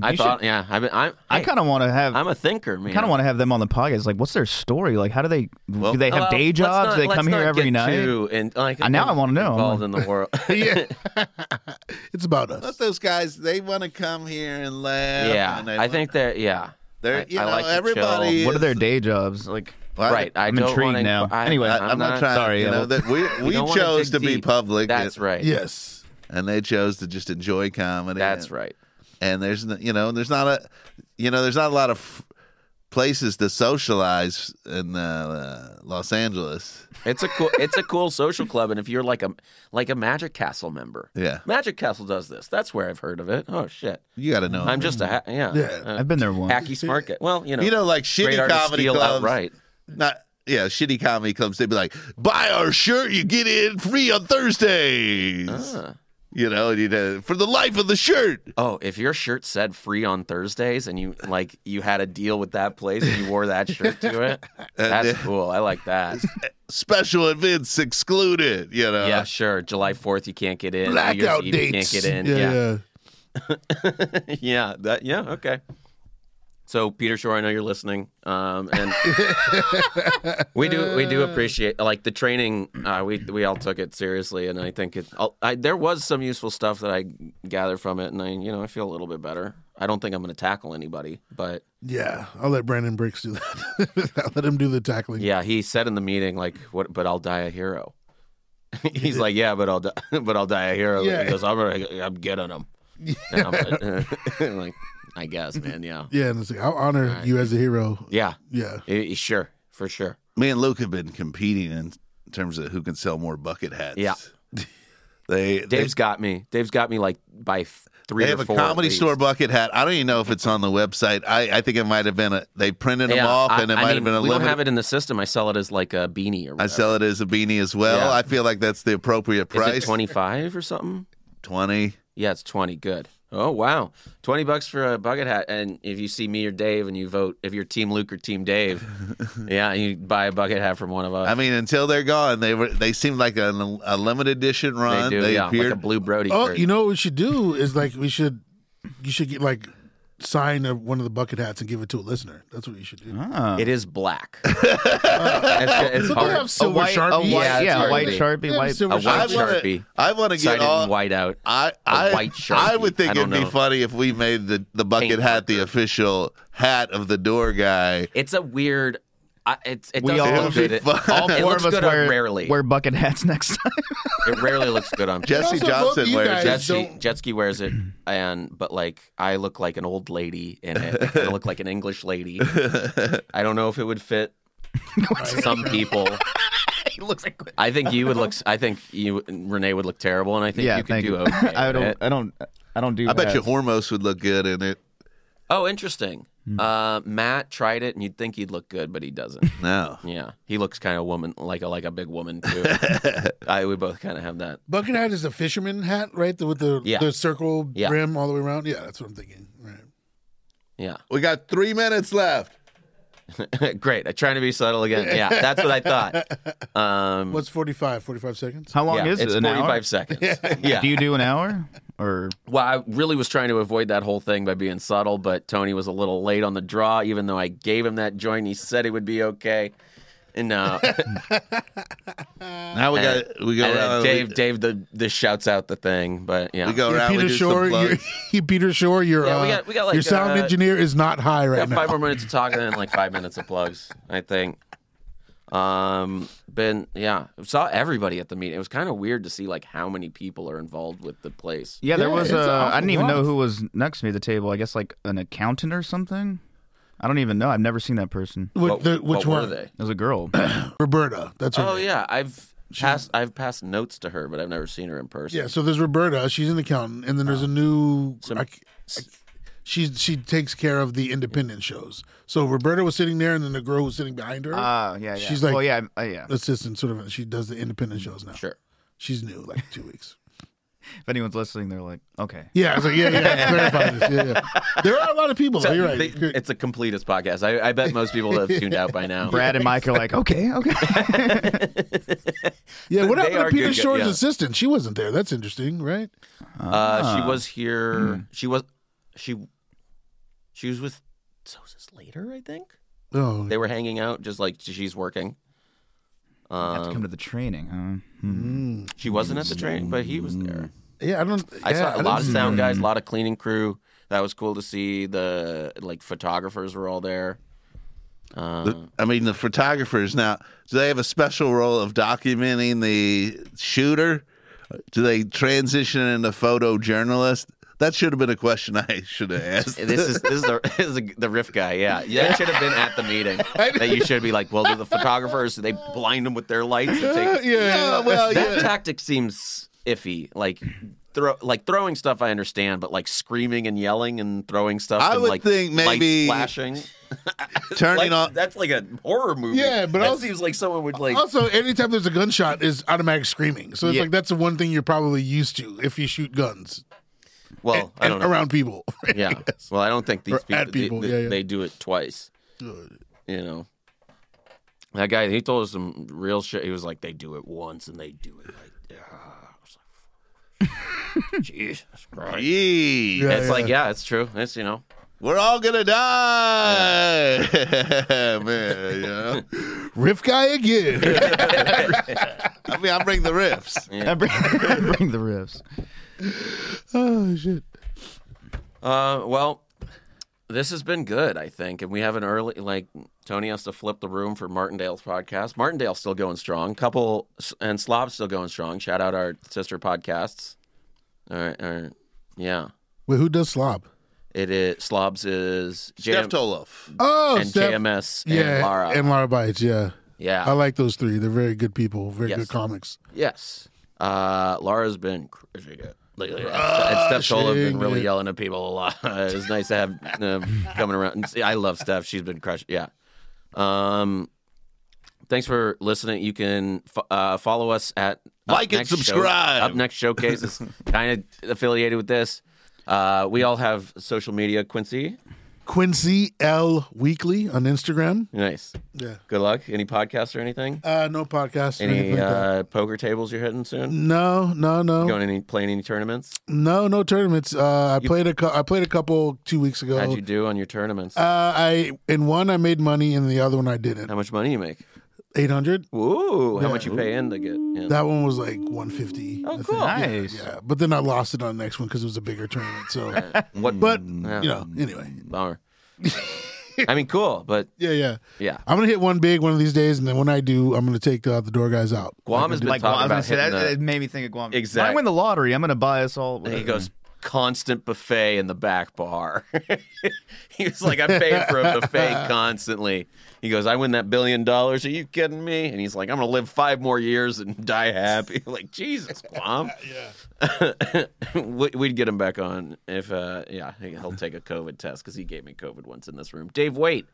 A: I
D: You
A: thought, yeah, I, mean, I, I,
D: I kind of want to have.
A: I'm a thinker, man.
D: I kind of want to have them on the podcast. Like, what's their story? Like, how do they? do they have
A: Well,
D: day
A: let's
D: jobs?
A: not-
D: do they
A: let's
D: come here
A: not
D: every
A: get
D: night?
A: too in- like,
D: Uh, now I wanna know.
A: Involved
D: I'm like-
A: in the
D: [LAUGHS]
A: world.
C: Yeah, it's about us.
B: Let those guys. They want to come here and
A: [LAUGHS]
B: laugh.
A: yeah,
B: and they
A: I
B: want-
A: think that. Yeah,
B: They're-
A: I-
B: you
A: I
B: know,
A: like to
B: everybody
A: chill.
B: is-
D: What are their
A: [LAUGHS]
D: day jobs? Like,
B: Well, I-
A: right. I
D: I'm
A: don't
D: intrigued
A: wanna,
D: now.
A: I,
D: Anyway,
B: I, am not, trying.
D: sorry,
B: you
D: yeah,
B: know
D: well-
B: that
A: [LAUGHS]
B: we
A: you
B: we
A: don't wanna
B: chose to
A: dig
B: be
A: deep.
B: public.
A: That's
B: and,
A: right.
C: Yes,
B: and they chose to just enjoy comedy.
A: That's
B: and-
A: right.
B: and there's n- you know there's not a you know there's not a lot of f- places to socialize in uh, uh, Los Angeles.
A: It's a cool it's a cool social club and if you're like a like a Magic Castle member.
B: Yeah,
A: Magic Castle does this. That's where I've heard of it. Oh shit.
B: you got to know.
A: I'm just a ha- yeah.
C: Yeah,
A: uh,
D: I've been there once.
A: hacky smart guy. Well, you know.
B: you know like
A: great
B: shitty
A: artists
B: comedy
A: steal
B: clubs.
A: outright.
B: Not yeah, shitty comedy clubs. They'd be like, buy our shirt, you get in free on Thursdays.
A: Ah.
B: You know, and you'd, uh, for the life of the shirt.
A: Oh, if your shirt said free on Thursdays and you like you had a deal with that place and you wore that shirt to it, that's cool. I like that.
B: Special events excluded. You know.
A: yeah, sure. July Fourth, you can't get in. New Year's
C: blackout
A: Eve,
C: dates.
A: You can't get in.
C: Yeah,
A: Yeah, [LAUGHS] yeah, that, yeah. Okay. So, Peter Shore, I know you're listening, um, and we do we do appreciate like the training. Uh, we we all took it seriously, and I think it. I'll- I, there was some useful stuff that I gathered from it, and I you know I feel a little bit better. I don't think I'm going to tackle anybody, but
C: yeah. I'll let Brandon Bricks do that. [LAUGHS] I'll let him do the tackling.
A: Yeah, he said in the meeting like, "What? But I'll die a hero." [LAUGHS] He's like, "Yeah, but I'll [LAUGHS] die, but I'll die a hero."
C: Yeah.
A: He goes, "I'm gonna, I'm getting him." And I'm like, [LAUGHS] I'm like, I guess, man. Yeah,
C: Yeah, and it's like I'll honor you as a hero.
A: yeah,
C: Yeah,
A: Eh, eh, sure, for sure.
B: Me and Luke have been competing in terms of who can sell more bucket hats.
A: Yeah.
B: [LAUGHS] They they
A: Dave's got me. Dave's got me like by f- three
B: They
A: or
B: have a
A: four at
B: comedy
A: least.
B: store bucket hat. I don't even know if it's on the website. I, I think it might have been a. They printed them
A: Yeah,
B: off,
A: I-
B: and it
A: I
B: might
A: mean,
B: have been a
A: We don't
B: limited.
A: have it in the system. I sell it as like a beanie or
B: I
A: whatever.
B: sell it as a beanie as well.
A: Yeah.
B: I feel like that's the appropriate price.
A: Is it twenty five or something?
B: 20.
A: Yeah, it's 20. Good. Oh, wow. 20 bucks for a bucket hat. And if you see me or Dave and you vote, if you're Team Luke or Team
B: [LAUGHS]
A: Dave, yeah, you buy a bucket hat from one of us.
B: I mean, until they're gone, they were. They seemed like a, a limited edition run.
A: they do, yeah,
B: appeared.
A: like a blue Brody.
C: Oh,
A: shirt.
C: you know what we should do is like we should, you should get like sign of one of the bucket hats and give it to a listener. That's what you should do.
D: Ah.
A: [LAUGHS] it is
B: [LAUGHS]
A: black. it's it's
C: But they have
A: hard.
D: a
C: silver
D: white, a
C: Sharpies.
D: white,
A: Yeah,
D: yeah,
A: it's hard
D: a white
A: to be.
C: They
D: sharpie,
C: have
D: white.
C: silver
A: A
B: I
A: white
C: Sharpies.
B: wanna-
A: Sharpie.
B: I want to get
A: Cited
B: all.
A: in white out.
B: I
A: A
B: I
A: white
B: I
A: Sharpie.
B: would
A: I
B: think
A: don't
B: it'd be
A: know.
B: funny if we made the the bucket
A: Paint
B: hat the
A: marker.
B: official hat of the door guy.
A: It's a weird. I, it's, it
D: We
A: doesn't
D: all-
A: look good.
B: It'd
A: It,
B: be fun.
D: All
A: it
D: four
A: looks
D: of us
A: good on
D: wear,
A: rarely.
D: wear bucket hats [LAUGHS] next time.
A: it rarely looks good
D: [LAUGHS]
A: on
B: Jesse
C: also, both
B: Johnson
C: you
B: wears
C: guys-
B: it.
C: Just
A: Jetski,
C: don't-
A: Jetski wears it, and but like I look like an old lady in it. I kinda look like an English
D: [LAUGHS]
A: lady. I don't know if it would fit some people.
D: [LAUGHS] he looks like.
A: I think you would look. I think you, Renee, would look terrible, and I think
D: Yeah,
A: you could
D: thank
A: do
D: you.
A: okay.
D: [LAUGHS] I
A: in
D: don't.
A: it.
D: I don't. I don't do.
B: I bet you
D: hats.
B: Hormos would look good in it.
A: Oh, interesting.
D: Hmm.
A: Uh, Matt tried it, and you'd think he'd look good, but he
D: [LAUGHS]
A: doesn't.
B: No.
A: Yeah, he looks kind of woman, like a like a big woman
D: [LAUGHS]
A: too. I we both kind of have that.
C: Bucket hat is a fisherman hat, right? The, with the
A: Yeah.
C: the circle
A: Yeah.
C: rim all the way around. Yeah, that's what I'm thinking. Right.
A: Yeah,
B: We got three minutes left.
A: [LAUGHS] great. I'm trying to be subtle again. Yeah, that's what I thought. Um,
C: What's 45? 45 seconds?
D: How long
A: yeah,
D: is
A: it's
D: it? An hour?
A: 45 seconds. Yeah. [LAUGHS]
D: Do you do an hour? Or
A: Well, I really was trying to avoid that whole thing by being subtle, but Tony was a little late on the draw, even though I gave him that joint. He said it would be okay. And uh,
B: Now we
A: And-
B: got we go
A: and, uh,
B: around.
A: Dave,
B: we,
A: Dave, the, the shouts out the thing, but yeah,
B: we go
C: You're
B: around. we
C: Peter
B: do some
C: Shore,
B: plugs.
C: you're, [LAUGHS] you Peter Shore, your
A: Yeah,
C: uh,
A: we got- we got, like,
C: your sound
A: uh,
C: engineer is not high
A: We
C: right
A: got
C: now.
A: five more minutes to talk, and then like five minutes of plugs, I think. Um, been yeah, saw everybody at the meeting. It was kind of weird to see like how many people are involved with the place.
D: yeah, there
C: Yeah,
D: was
C: it's an
D: a. I
C: awful
D: didn't even know
C: lot.
D: who was next to me at the table. I guess like an accountant or something. I don't even know. I've never seen that person. It
C: Which,
A: What-
C: the,
A: what
C: which
A: were
C: one?
A: they?
D: was
C: [COUGHS]
D: a girl.
C: Roberta. That's her.
A: Oh
C: name.
A: yeah, I've passed I've passed notes to her, but I've never seen her in person.
C: Yeah, so there's Roberta. She's an accountant, and then there's a new.
A: Some-
C: I c- I c- she she takes care of the independent shows. So Roberta was sitting there, and then the girl was sitting behind her,
A: Uh,
D: Ah, yeah, yeah.
C: She's like-
D: well, yeah, I- yeah.
C: assistant, sort of. She does the independent shows now.
A: sure.
C: She's new, like two weeks.
D: If anyone's listening, they're like, okay.
C: Yeah, I was like, yeah,
A: [LAUGHS]
C: yeah, clarify this. Yeah, yeah. There are a lot of people. though, you're right.
A: They- it's a completest podcast. I, I bet most people have tuned out by now.
D: Brad and Mike are like, okay,
C: [LAUGHS] Uh,
D: okay.
C: yeah, what
A: they
C: happened
A: are
C: to Peter
A: good, good,
C: Shore's
A: yeah.
C: assistant? She wasn't there. That's interesting, right?
A: [LAUGHS] Uh,
C: Ah.
D: Ah,
A: she was here.
C: Hmm.
A: She was she she was with Sosa's later, I think.
C: Oh,
A: They were hanging out, just like she's working. Um,
D: Have
C: um,
D: to come to the training, huh? Hmm.
A: She wasn't at the train, but he was there.
C: Mm. yeah. I don't.
A: I
C: yeah, hmm.
A: saw a
C: didn't
A: lot of
C: see
A: sound
C: that.
A: guys, a lot of cleaning crew. That was cool to see. The like photographers were all there.
B: The- I mean, the photographers now, do they have a special role of documenting the shooter? Do they transition into photojournalist? That should have been a question I should have asked.
A: This is this is
C: [LAUGHS]
A: the, [LAUGHS] this is the riff guy. Yeah, yeah. That should have been at the meeting. That you should be like, well,
C: [LAUGHS]
A: do the photographers do they blind them with their lights? And
C: Yeah,
A: take...
C: yeah,
B: [LAUGHS] Yeah, well,
A: That
B: yeah.
A: tactic seems iffy. Like. Throw, like throwing stuff, I understand, but like screaming and yelling and throwing stuff,
B: I
A: and
B: would
A: like
B: think
A: lights
B: maybe-
A: flashing.
B: Turning
A: Like,
B: on.
A: that's like a horror movie.
C: Yeah, but
A: that
C: also-
A: seems like someone would like
C: Also, anytime there's a gunshot, is automatic screaming. So it's
D: Yeah.
C: like that's the one thing you're probably used to if you shoot guns
A: Well,
C: and,
A: I don't know.
C: around people. [LAUGHS]
A: yeah. Well, I don't think these
C: Or
A: people,
C: at
A: they-
C: people,
A: They,
C: yeah, yeah.
A: they do it twice. You know, that guy he told us some real shit. He was like, they do it once and they do it like, ah. I was like, [LAUGHS] Jesus Christ.
B: Yee.
C: Yeah,
A: it's like, yeah, it's true. It's you know,
B: We're all gonna die, man. You know?
C: Riff
A: [LAUGHS]
C: guy again.
B: I mean, I bring the riffs.
C: Mm.
D: bring, [LAUGHS] bring the riffs.
C: oh shit.
A: uh, well, this has been good, I think, and we have an early like Tony has to flip the room for Martindale's podcast. Martindale's still going strong. Couple and Slob's still going strong. Shout out our sister podcasts. All right, all right, yeah.
C: Wait, who does slob?
A: It is Slobs is
B: Jeff
A: JM,
B: Toloff.
C: Oh,
A: and
C: Steph-
A: JMS and
C: Yeah,
A: Lara.
C: and Lara Bites. Yeah,
A: yeah.
C: I like those three. They're very good people. Very
A: Yes.
C: good comics.
A: yes. Uh, Lara's been crushing it. lately. And
B: Ah,
A: Steph- and Steph Tola been really
C: it.
A: yelling at people a lot. [LAUGHS] it's nice to have um, coming around. And see, I love Steph. She's been crushing. Yeah. Um, thanks for listening. You can fo- uh, follow us at Up
B: Like and
A: Next Show-
B: subscribe.
A: up next showcase is kind of affiliated with this. Uh, we all have social media. Quincy,
C: Quincy L Weekly on Instagram.
A: nice.
C: Yeah.
A: Good luck. Any podcasts or anything?
C: Uh, no podcast or anything
A: Any
C: like that.
A: uh, poker tables you're hitting soon?
C: No, no,
A: Going
C: no,
A: any playing any tournaments?
C: no, no tournaments. Uh, I played a cou- I played a couple two weeks ago.
A: How'd you do on your tournaments?
C: Uh, I in one I made money, and the other one I didn't.
A: how much money you make?
C: Eight hundred.
A: Ooh, how much you pay in to get? Yeah.
C: That one was like one fifty.
A: oh, cool.
D: Nice.
C: Yeah, but then I lost it on the next one because it was a bigger tournament. So,
A: What?
C: but
D: Mm,
A: Yeah.
C: [LAUGHS] you
B: Um,
C: know, anyway,
D: [LAUGHS]
A: Bummer. I mean, cool, but
C: yeah, yeah.
A: yeah.
C: I'm gonna hit one big one of these days, and then when I do, I'm gonna take uh, the door guys out.
A: Guam has been
D: Like Guam, I
A: talking
D: was gonna
A: about
D: say
A: hitting
D: that,
A: the-
D: it made me think of Guam.
A: Exact-
D: When I win the lottery, I'm gonna buy us all.
B: Mm-hmm.
A: he goes constant buffet in the back bar. [LAUGHS] he was like, I paid for a
B: [LAUGHS]
A: buffet constantly. He goes, I win that billion dollars. Are you kidding me? And he's like, I'm gonna live five more years and [LAUGHS] die happy. like Jesus,
B: [LAUGHS]
A: Guam. [LAUGHS] yeah. We'd get him back on if, uh, yeah, he'll take a COVID test because he gave me COVID once in this room. Dave, wait.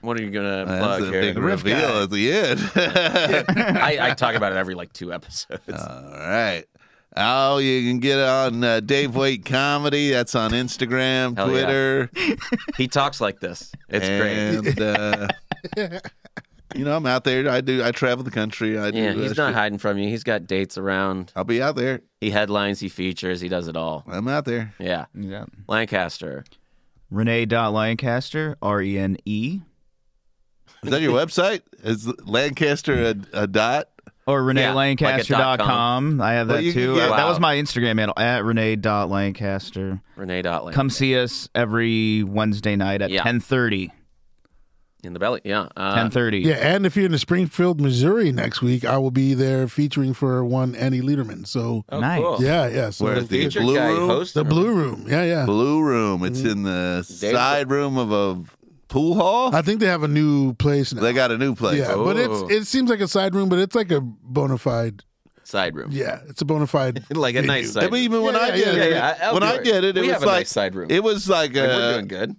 A: What are you gonna
B: That's
A: plug
B: a
A: here?
B: big reveal at the end.
A: I, I talk about it every like two episodes.
B: [LAUGHS] All right. Oh, you can get on uh, Dave Waite Comedy. That's on Instagram,
A: Hell yeah.
B: Twitter.
A: [LAUGHS] he talks like this. It's great.
B: and, Uh, you You know, I'm out there. I do. I travel the country. I do.
A: Yeah,
B: uh,
A: he's not
B: shit.
A: hiding from you. He's got dates around.
B: I'll be out there.
A: He headlines, he features, he does it all.
B: I'm out there.
A: Yeah.
D: Yeah.
A: Lancaster.
D: Renee dot Lancaster, R E N E,
B: Is that your website? Is Lancaster a, a dot?
D: or
A: Yeah, like a
D: ReneeLancaster dot com. I have
B: Well,
D: that
B: you can
D: too.
B: get-
D: Uh, That
A: Wow.
D: was my Instagram handle at Renee dot Lancaster.
A: Renee Dotling.
D: Come see us every Wednesday night at
A: Yeah.
D: ten thirty.
A: in the belly. Yeah. Uh,
D: Ten thirty.
C: Yeah, and if you're in Springfield, Missouri next week, I will be there featuring for one Annie Lederman. So
A: oh,
D: Nice.
A: cool.
C: yeah, yeah. So
B: Where is the-
A: Featured
B: Blue
A: guy
B: Room?
A: hosting
C: the
A: him.
C: Blue Room. Yeah, yeah.
B: Blue room. It's
C: Mm-hmm.
B: in the
A: David-
B: side room of a pool hall.
C: I think they have a new place now.
B: They got a new place.
C: yeah, but it's
A: Oh.
C: it seems like a side room, but it's like a bona fide.
A: side room.
C: Yeah, it's a bona fide.
A: [LAUGHS]
C: [LAUGHS]
A: Like a nice
B: I
A: side
B: mean, even when
C: Yeah,
B: I
C: yeah,
B: did
C: yeah,
B: it,
A: yeah, I'll
B: when
A: do
B: I
A: it.
B: did it, it
A: We
B: was
A: have a nice
B: like
A: side room.
B: It was uh, like
A: Like,
B: a,
A: we're doing good.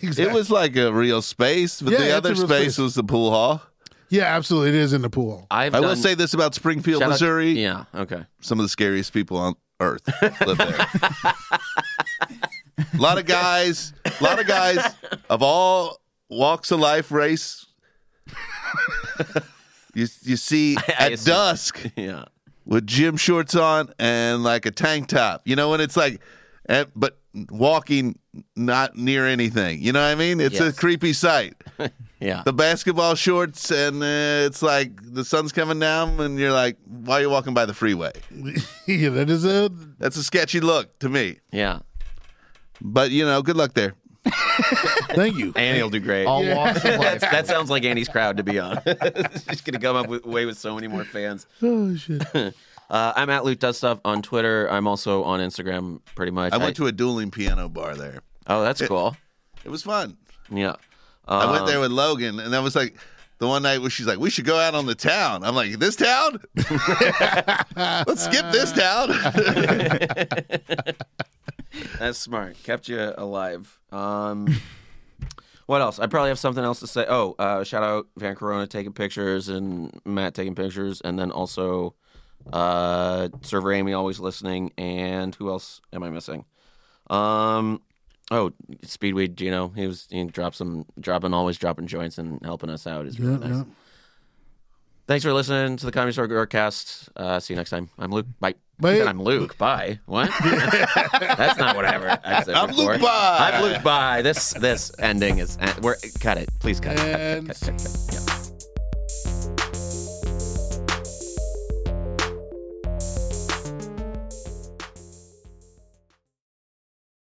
C: exactly.
B: it was like a real space, but
C: Yeah, it's
B: the
C: a
B: other
C: real
B: space,
C: space.
B: was the pool hall.
C: yeah, absolutely. It is in the pool. [LAUGHS]
A: I've
B: I
A: done,
B: will say this about Springfield,
A: shout out to-
B: Missouri.
A: yeah. Okay.
B: Some of the scariest people on
A: [LAUGHS]
B: earth live there. a lot of guys, a lot of guys of all walks of
A: [LAUGHS]
B: life, race. you you see
A: I
B: at
A: assume.
B: dusk
A: Yeah.
B: with gym shorts on and like a tank top. You know, and it's like, eh, but walking not near anything. You know what I mean? It's
A: Yes.
B: a creepy sight.
A: Yeah.
B: The basketball shorts, and uh, it's like the sun's coming down, and you're like, why are you walking by the freeway?
C: yeah, that is a
B: That's a sketchy look to me.
A: Yeah.
B: But, you know, good luck there.
A: [LAUGHS]
C: thank you.
A: Annie will do great.
D: All walks of life.
A: that sounds like Annie's crowd, to be honest. [LAUGHS] She's gonna come up with, away with so many more fans.
C: Oh shit.
A: Uh, I'm at Luke Does Stuff on Twitter. I'm also on Instagram, pretty much.
B: I went to a dueling piano bar there.
A: Oh, that's cool.
B: It was fun.
A: Yeah.
B: I
A: Uh,
B: went there with Logan, and that was like the one night where she's like, "We should go out on the town." I'm like, "This town? [LAUGHS] Let's skip this town." [LAUGHS]
A: That's smart. Kept you alive. Um, [LAUGHS] what else? I probably have something else to say. Oh, uh, shout out Van Corona taking pictures and Matt taking pictures, and then also uh, Server Amy always listening. And who else am I missing? Um, oh, Speedweed Gino. He was he dropped some dropping always dropping joints and helping us out. Is really
C: Yeah,
A: nice.
C: yeah.
A: Thanks for listening to the Comedy Store Gorecast. Uh, see you next time. I'm Luke. Bye.
C: Bye.
A: I said I'm Luke. Bye.
B: [LAUGHS]
A: What? [LAUGHS] That's not whatever. I've said
B: I'm
A: before.
B: Luke. Bye.
A: I'm Luke. Bye. This this ending is. We're eh, cut it. Please cut it. Cut, cut, cut,
C: And-
A: cut, cut, cut.